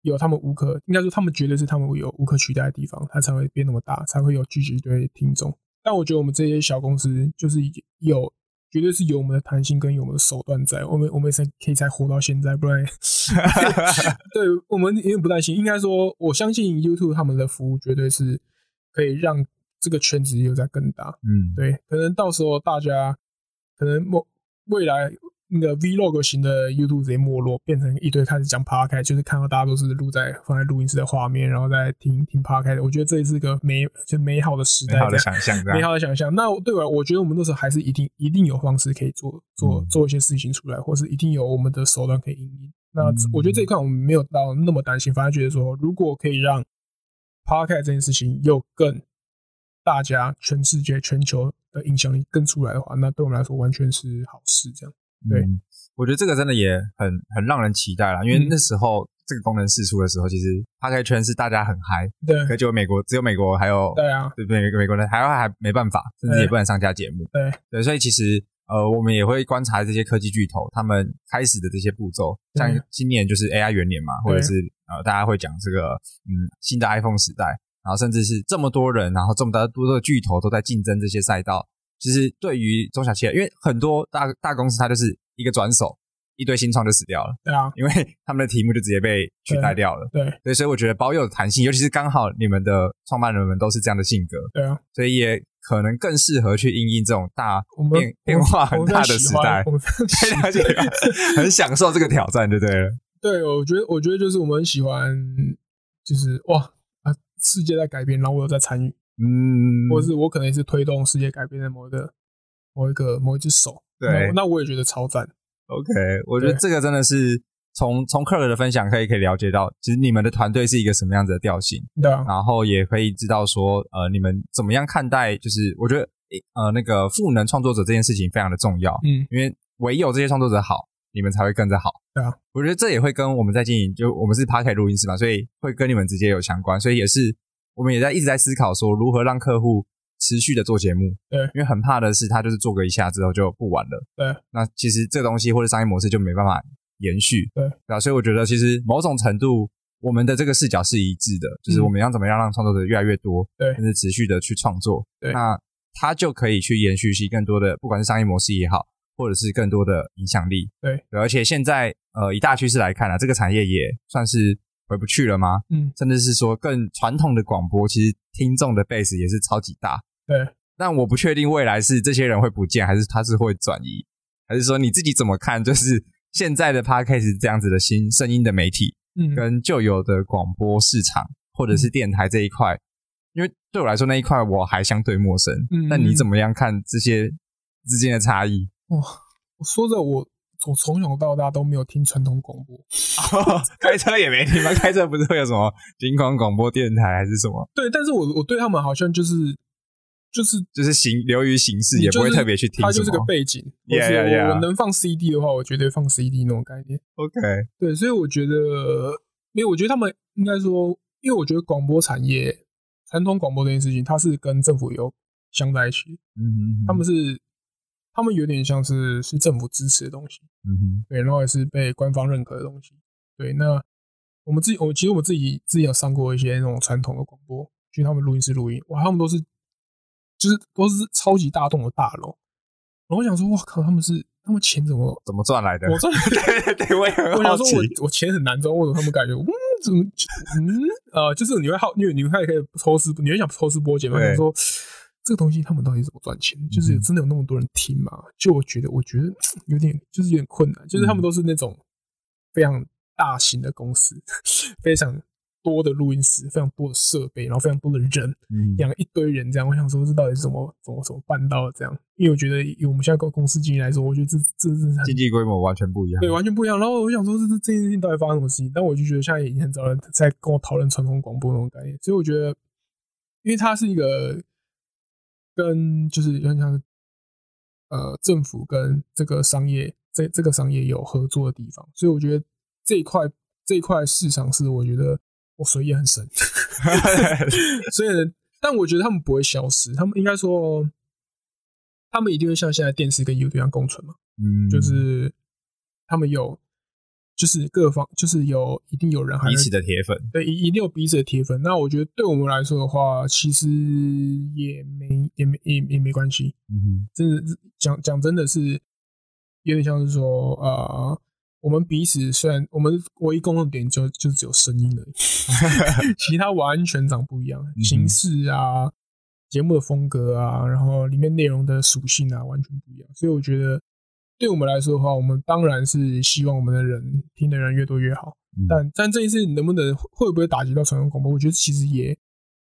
[SPEAKER 1] 有他们无可，应该说他们绝对是他们有无可取代的地方，它才会变那么大，才会有聚集一堆听众。但我觉得我们这些小公司，就是有绝对是有我们的弹性跟有我们的手段在，我们我们也是可以才活到现在，不然
[SPEAKER 2] 嗯
[SPEAKER 1] 对我们有点不担心。应该说，我相信 YouTube 他们的服务绝对是可以让这个圈子又在更大。
[SPEAKER 2] 嗯，
[SPEAKER 1] 对，可能到时候大家可能某未来那个 Vlog 型的 YouTube 直接没落，变成一堆开始讲 Podcast，就是看到大家都是录在放在录音室的画面，然后再听听 Podcast。我觉得这是一个美就美好的时代
[SPEAKER 2] 美
[SPEAKER 1] 这样，
[SPEAKER 2] 好的想象，这
[SPEAKER 1] 美
[SPEAKER 2] 样
[SPEAKER 1] 好的想象。那对啊我，我觉得我们那时候还是一定一定有方式可以做做
[SPEAKER 2] 嗯
[SPEAKER 1] 做一些事情出来，或是一定有我们的手段可以应应。那
[SPEAKER 2] 嗯
[SPEAKER 1] 我觉得这一块我们没有到那么担心，反而觉得说，如果可以让 podcast 这件事情又更大家全世界全球的影响力更出来的话，那对我们来说完全是好事。这样，对
[SPEAKER 2] 嗯我觉得这个真的也很很让人期待啦，因为
[SPEAKER 1] 嗯
[SPEAKER 2] 那时候、这个功能试出的时候，其实 p 开圈是大家很嗨，可
[SPEAKER 1] 对，
[SPEAKER 2] 就美国只有美国还有
[SPEAKER 1] 对啊，
[SPEAKER 2] 对对，美美国人台湾还没办法，甚至也不能上架节目。
[SPEAKER 1] 对
[SPEAKER 2] 对，所以其实呃，我们也会观察这些科技巨头他们开始的这些步骤，
[SPEAKER 1] 对
[SPEAKER 2] 像今年就是 AI 元年嘛，
[SPEAKER 1] 对
[SPEAKER 2] 或者是呃，大家会讲这个嗯新的 iPhone 时代，然后甚至是这么多人，然后这么多的巨头都在竞争这些赛道，其实对于中小企业，因为很多大大公司它就是一个转手，一堆新创就死掉了，
[SPEAKER 1] 对啊，
[SPEAKER 2] 因为他们的题目就直接被取代掉了。
[SPEAKER 1] 对
[SPEAKER 2] 对，所以我觉得保有弹性，尤其是刚好你们的创办人们都是这样的性格，
[SPEAKER 1] 对啊，
[SPEAKER 2] 所以也可能更适合去应应这种大
[SPEAKER 1] 我们
[SPEAKER 2] 变变化很大的时代啊
[SPEAKER 1] 我。们非常喜欢我
[SPEAKER 2] 非常
[SPEAKER 1] 们非常喜 欢
[SPEAKER 2] 很享受这个挑战，就对了。
[SPEAKER 1] 对，我觉得，我觉得就是我们很喜欢，就是哇啊，世界在改变，然后我有在参与，
[SPEAKER 2] 嗯，
[SPEAKER 1] 或者是我可能也是推动世界改变的某一个、某一个、某一只手。
[SPEAKER 2] 对
[SPEAKER 1] 那，那我也觉得超赞。
[SPEAKER 2] OK，我觉得
[SPEAKER 1] 对
[SPEAKER 2] 这个真的是从从克尔的分享可以可以了解到，其实你们的团队是一个什么样子的调性，
[SPEAKER 1] 对啊，
[SPEAKER 2] 然后也可以知道说，呃，你们怎么样看待，就是我觉得呃那个赋能创作者这件事情非常的重要，
[SPEAKER 1] 嗯，
[SPEAKER 2] 因为唯有这些创作者好，你们才会跟着好。
[SPEAKER 1] 对啊，
[SPEAKER 2] 我觉得这也会跟我们在经营，就我们是 p a r k 录音室嘛，所以会跟你们直接有相关，所以也是我们也在一直在思考说如何让客户持续的做节目。
[SPEAKER 1] 对
[SPEAKER 2] 因为很怕的是他就是做个一下之后就不玩了。
[SPEAKER 1] 对，
[SPEAKER 2] 那其实这东西或者商业模式就没办法延续。
[SPEAKER 1] 对，
[SPEAKER 2] 对啊，所以我觉得其实某种程度。我们的这个视角是一致的，就是
[SPEAKER 1] 嗯
[SPEAKER 2] 我们要怎么样让创作者越来越多，
[SPEAKER 1] 对
[SPEAKER 2] 甚至持续的去创作，
[SPEAKER 1] 对
[SPEAKER 2] 那他就可以去延续起更多的，不管是商业模式也好，或者是更多的影响力。
[SPEAKER 1] 对
[SPEAKER 2] 而且现在呃，以大趋势来看啊，这个产业也算是回不去了吗？
[SPEAKER 1] 嗯，
[SPEAKER 2] 甚至是说更传统的广播，其实听众的 base 也是超级大。
[SPEAKER 1] 对，
[SPEAKER 2] 但我不确定未来是这些人会不见，还是他是会转移，还是说你自己怎么看？就是现在的 podcast 这样子的新声音的媒体，
[SPEAKER 1] 嗯，
[SPEAKER 2] 跟旧有的广播市场或者是电台这一块，因为对我来说那一块我还相对陌生。
[SPEAKER 1] 嗯
[SPEAKER 2] 那你怎么样看这些之间的差异？
[SPEAKER 1] 哇，我说着我我从小到大都没有听传统广播，哦
[SPEAKER 2] 开车也没听吗？ 开车不是会有什么金光广播电台还是什么？
[SPEAKER 1] 对，但是我我对他们好像就是就是
[SPEAKER 2] 就是行流于形式，
[SPEAKER 1] 你
[SPEAKER 2] 也
[SPEAKER 1] 就是
[SPEAKER 2] 不会特别去听
[SPEAKER 1] 它
[SPEAKER 2] 什
[SPEAKER 1] 就是个
[SPEAKER 2] 么。
[SPEAKER 1] 背景。或
[SPEAKER 2] Yeah,
[SPEAKER 1] 是
[SPEAKER 2] yeah,
[SPEAKER 1] 我
[SPEAKER 2] yeah
[SPEAKER 1] 我能放 CD 的话，我绝对放 CD 那种概念。
[SPEAKER 2] OK，
[SPEAKER 1] 对，所以我觉得，因为我觉得他们应该说，因为我觉得广播产业、传统广播这件事情，它是跟政府有相在一起，
[SPEAKER 2] 嗯哼，
[SPEAKER 1] 他们是他们有点像是是政府支持的东西，
[SPEAKER 2] 嗯哼，
[SPEAKER 1] 对，然后也是被官方认可的东西。对，那我们自己，我其实我们自己自己有上过一些那种传统的广播，去他们录音室录音，哇，他们都是就是都是超级大栋的大楼，然后我想说，哇靠，他们是他们钱怎么？
[SPEAKER 2] 怎么赚来的？
[SPEAKER 1] 我真的
[SPEAKER 2] 对啊对对，我也很
[SPEAKER 1] 我想
[SPEAKER 2] 好
[SPEAKER 1] 说
[SPEAKER 2] 奇。
[SPEAKER 1] 我我钱很难赚，为什么他们感觉嗯怎么嗯呃，就是你会好，因为你会可以抽丝，你会想抽丝剥茧嘛？
[SPEAKER 2] 对
[SPEAKER 1] 想说这个东西他们到底怎么赚钱？就是
[SPEAKER 2] 嗯
[SPEAKER 1] 真的有那么多人听嘛？就我觉得，我觉得嗯有点就是有点困难，就是他们
[SPEAKER 2] 嗯
[SPEAKER 1] 都是那种非常大型的公司， 非常多的录音室，非常多的设备，然后非常多的人，
[SPEAKER 2] 嗯
[SPEAKER 1] 养一堆人这样，我想说这到底是怎么怎么怎么办到的这样？因为我觉得以我们现在公公司经营来说，我觉得这这这是很
[SPEAKER 2] 经济规模完全不一样。
[SPEAKER 1] 对，完全不一样。然后我想说这，这这件事情到底发生什么事情？但我就觉得现在已经很少人在跟我讨论传统广播那种概念，所以我觉得，因为它是一个跟就是有点像是呃政府跟这个商业这这个商业有合作的地方，所以我觉得这一块这一块市场是我觉得我水也很深， 所以呢，但我觉得他们不会消失，他们应该说。他们一定会像现在电视跟 YouTube 一样共存嘛？
[SPEAKER 2] 嗯，
[SPEAKER 1] 就是他们有，就是各方，就是有一定有人还
[SPEAKER 2] 彼
[SPEAKER 1] 是
[SPEAKER 2] 此的铁粉。
[SPEAKER 1] 对，一一定有彼此的铁粉。那我觉得对我们来说的话，其实也没也没也也没关系。
[SPEAKER 2] 嗯
[SPEAKER 1] 真的讲讲真的是有点像是说，呃，我们彼此虽然我们唯一共同点就就只有声音而已，其他完全长不一样，形式啊、节目的风格啊，然后里面内容的属性啊，完全不一样。所以我觉得，对我们来说的话，我们当然是希望我们的人听的人越多越好。
[SPEAKER 2] 嗯
[SPEAKER 1] 但但这件事能不能会不会打击到传统广播，我觉得其实也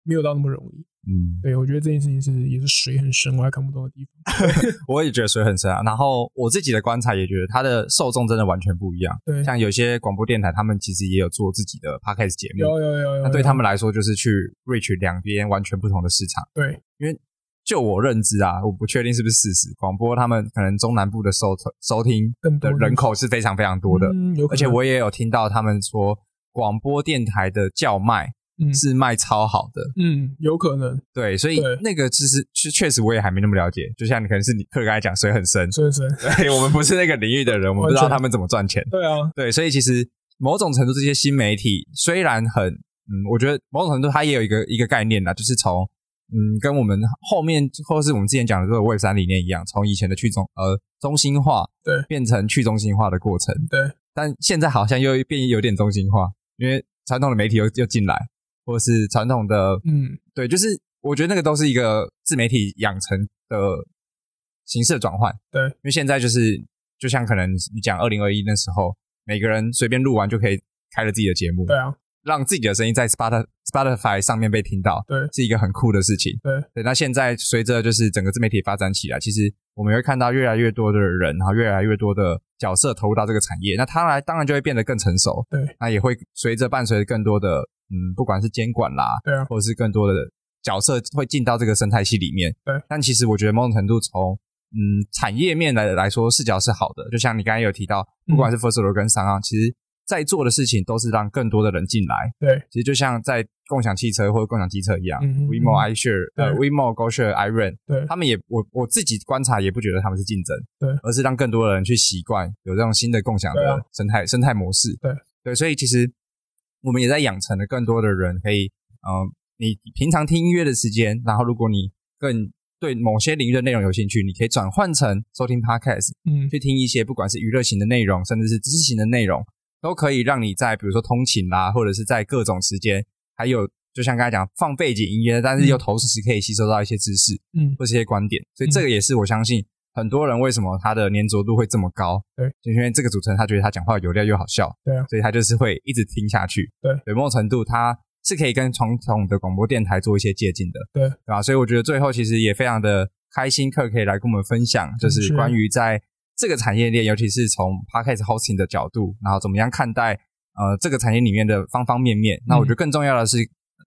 [SPEAKER 1] 没有到那么容易。
[SPEAKER 2] 嗯，
[SPEAKER 1] 对我觉得这件事情是也是水很深，我还看不懂的地方。
[SPEAKER 2] 我也觉得水很深啊。然后我自己的观察也觉得，它的受众真的完全不一样。
[SPEAKER 1] 对，
[SPEAKER 2] 像有些广播电台，他们其实也有做自己的 podcast 节目，
[SPEAKER 1] 有有有有，
[SPEAKER 2] 那对他
[SPEAKER 1] 们
[SPEAKER 2] 们来说就是去 reach 两边完全不同的市场。
[SPEAKER 1] 对
[SPEAKER 2] 就我认知啊，我不确定是不是事实，广播他们可能中南部的收收听
[SPEAKER 1] 更多
[SPEAKER 2] 的人口是非常非常多的，
[SPEAKER 1] 嗯有可能
[SPEAKER 2] 而且我也有听到他们说，广播电台的叫卖
[SPEAKER 1] 嗯
[SPEAKER 2] 是卖超好的，
[SPEAKER 1] 嗯有可能，
[SPEAKER 2] 对，所以
[SPEAKER 1] 对
[SPEAKER 2] 那个其实确确实我也还没那么了解，就像你可能是你客人刚才讲水很深，
[SPEAKER 1] 所以是
[SPEAKER 2] 对我们不是那个领域的人，我们不知道
[SPEAKER 1] 完全
[SPEAKER 2] 他们怎么赚钱，
[SPEAKER 1] 对啊，
[SPEAKER 2] 对，所以其实某种程度，这些新媒体虽然很，嗯，我觉得某种程度它也有一个一个概念啦，就是从，嗯，跟我们后面或是我们之前讲的这个 Web 三理念一样，从以前的去中呃中心化，
[SPEAKER 1] 对
[SPEAKER 2] 变成去中心化的过程，
[SPEAKER 1] 对
[SPEAKER 2] 但现在好像又变有点中心化，因为传统的媒体又又进来，或是传统的，
[SPEAKER 1] 嗯
[SPEAKER 2] 对，就是我觉得那个都是一个自媒体养成的形式的转换。
[SPEAKER 1] 对
[SPEAKER 2] 因为现在就是就像可能你讲二零二一那时候，每个人随便录完就可以开了自己的节目，
[SPEAKER 1] 对啊
[SPEAKER 2] 让自己的声音在 Spotify Spotify 上面被听到，
[SPEAKER 1] 对
[SPEAKER 2] 是一个很酷的事情。
[SPEAKER 1] 对嗯
[SPEAKER 2] 对，那现在随着就是整个自媒体发展起来，其实我们会看到越来越多的人，然后越来越多的角色投入到这个产业，那它来当然就会变得更成熟，
[SPEAKER 1] 对
[SPEAKER 2] 那也会随着伴随着更多的嗯，不管是监管啦，
[SPEAKER 1] 对啊
[SPEAKER 2] 或者是更多的角色会进到这个生态系里面。
[SPEAKER 1] 对，
[SPEAKER 2] 但其实我觉得某种程度从嗯产业面来来说，视角是好的。就像你刚才有提到，不管是 First Row 跟商行，其实在做的事情都是让更多的人进来。
[SPEAKER 1] 对
[SPEAKER 2] 其实就像在共享汽车或者共享机车一样
[SPEAKER 1] 嗯哼
[SPEAKER 2] ，WeMo、iShare、呃
[SPEAKER 1] 对
[SPEAKER 2] WeMo、GoShare、iRent，
[SPEAKER 1] 对
[SPEAKER 2] 他们也我我自己观察也不觉得他们是竞争，
[SPEAKER 1] 对
[SPEAKER 2] 而是让更多的人去习惯有这种新的共享
[SPEAKER 1] 对啊
[SPEAKER 2] 的生态、生态模式，
[SPEAKER 1] 对
[SPEAKER 2] 对，所以其实我们也在养成了更多的人可以，嗯、你平常听音乐的时间，然后如果你更对某些领域的内容有兴趣，你可以转换成收听 podcast，
[SPEAKER 1] 嗯
[SPEAKER 2] 去听一些不管是娱乐型的内容，甚至是知识型的内容，都可以让你在比如说通勤啦，或者是在各种时间，还有就像刚才讲放背景音乐，但是又同时可以吸收到一些知识
[SPEAKER 1] 嗯
[SPEAKER 2] 或是一些观点，所以这个也是我相信很多人为什么他的粘着度会这么高，
[SPEAKER 1] 对，
[SPEAKER 2] 就因为这个主持人他觉得他讲话有料又好笑，
[SPEAKER 1] 对啊
[SPEAKER 2] 所以他就是会一直听下去，
[SPEAKER 1] 对
[SPEAKER 2] 有某种程度他。是可以跟传统的广播电台做一些借鉴的，
[SPEAKER 1] 对
[SPEAKER 2] 对吧？所以我觉得最后其实也非常的开心，克可以来跟我们分享，就是
[SPEAKER 1] 是
[SPEAKER 2] 关于在这个产业链，尤其是从 podcast hosting 的角度，然后怎么样看待呃这个产业里面的方方面面。那我觉得更重要的是，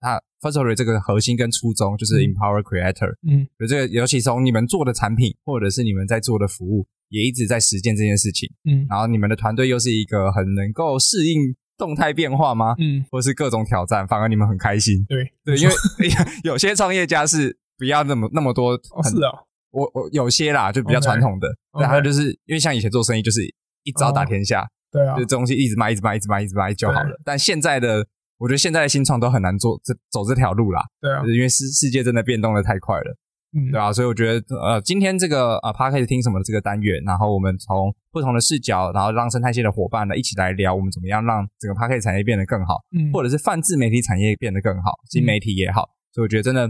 [SPEAKER 2] 它 f i r s t o r y 这个核心跟初衷就是
[SPEAKER 1] 嗯
[SPEAKER 2] empower creator，
[SPEAKER 1] 嗯
[SPEAKER 2] 就这个尤其从你们做的产品或者是你们在做的服务，也一直在实践这件事情。
[SPEAKER 1] 嗯
[SPEAKER 2] 然后你们的团队又是一个很能够适应动态变化吗？
[SPEAKER 1] 嗯，
[SPEAKER 2] 或是各种挑战，反而你们很开心。
[SPEAKER 1] 对
[SPEAKER 2] 对，因为 有些创业家是不要那么那么多
[SPEAKER 1] 哦
[SPEAKER 2] 很
[SPEAKER 1] 是啊，
[SPEAKER 2] 我我有些啦，就比较
[SPEAKER 1] OK
[SPEAKER 2] 传统的，
[SPEAKER 1] OK
[SPEAKER 2] 然后就是因为像以前做生意就是一招打天下，
[SPEAKER 1] 对啊
[SPEAKER 2] 就，东西一直卖一直卖一直卖一直卖就好了。但现在的我觉得现在的新创都很难做这走这条路啦，
[SPEAKER 1] 对啊
[SPEAKER 2] 就，是因为世世界真的变动的太快了，
[SPEAKER 1] 嗯
[SPEAKER 2] 对吧、所以我觉得呃，今天这个呃 p a r k e 听什么这个单元，然后我们从不同的视角，然后让生态系的伙伴呢一起来聊，我们怎么样让整个 p a r k e 产业变得更好。
[SPEAKER 1] 嗯
[SPEAKER 2] 或者是泛自媒体产业变得更好，新媒体也好，所以我觉得真的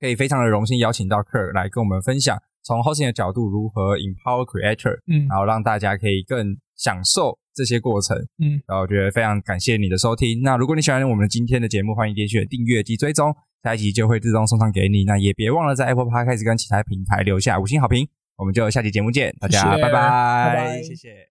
[SPEAKER 2] 可以非常的荣幸邀请到 Kirk 来跟我们分享从 hosting 的角度如何 empower creator，
[SPEAKER 1] 嗯
[SPEAKER 2] 然后让大家可以更享受这些过程。
[SPEAKER 1] 嗯，
[SPEAKER 2] 然后我觉得非常感谢你的收听。那如果你喜欢我们今天的节目，欢迎点选订阅及追踪，下一集就会自动送上给你。那也别忘了在 Apple Podcast 跟其他平台留下五星好评。我们就下期节目见，大家
[SPEAKER 1] 谢谢
[SPEAKER 2] 拜
[SPEAKER 1] 拜拜
[SPEAKER 2] 谢谢。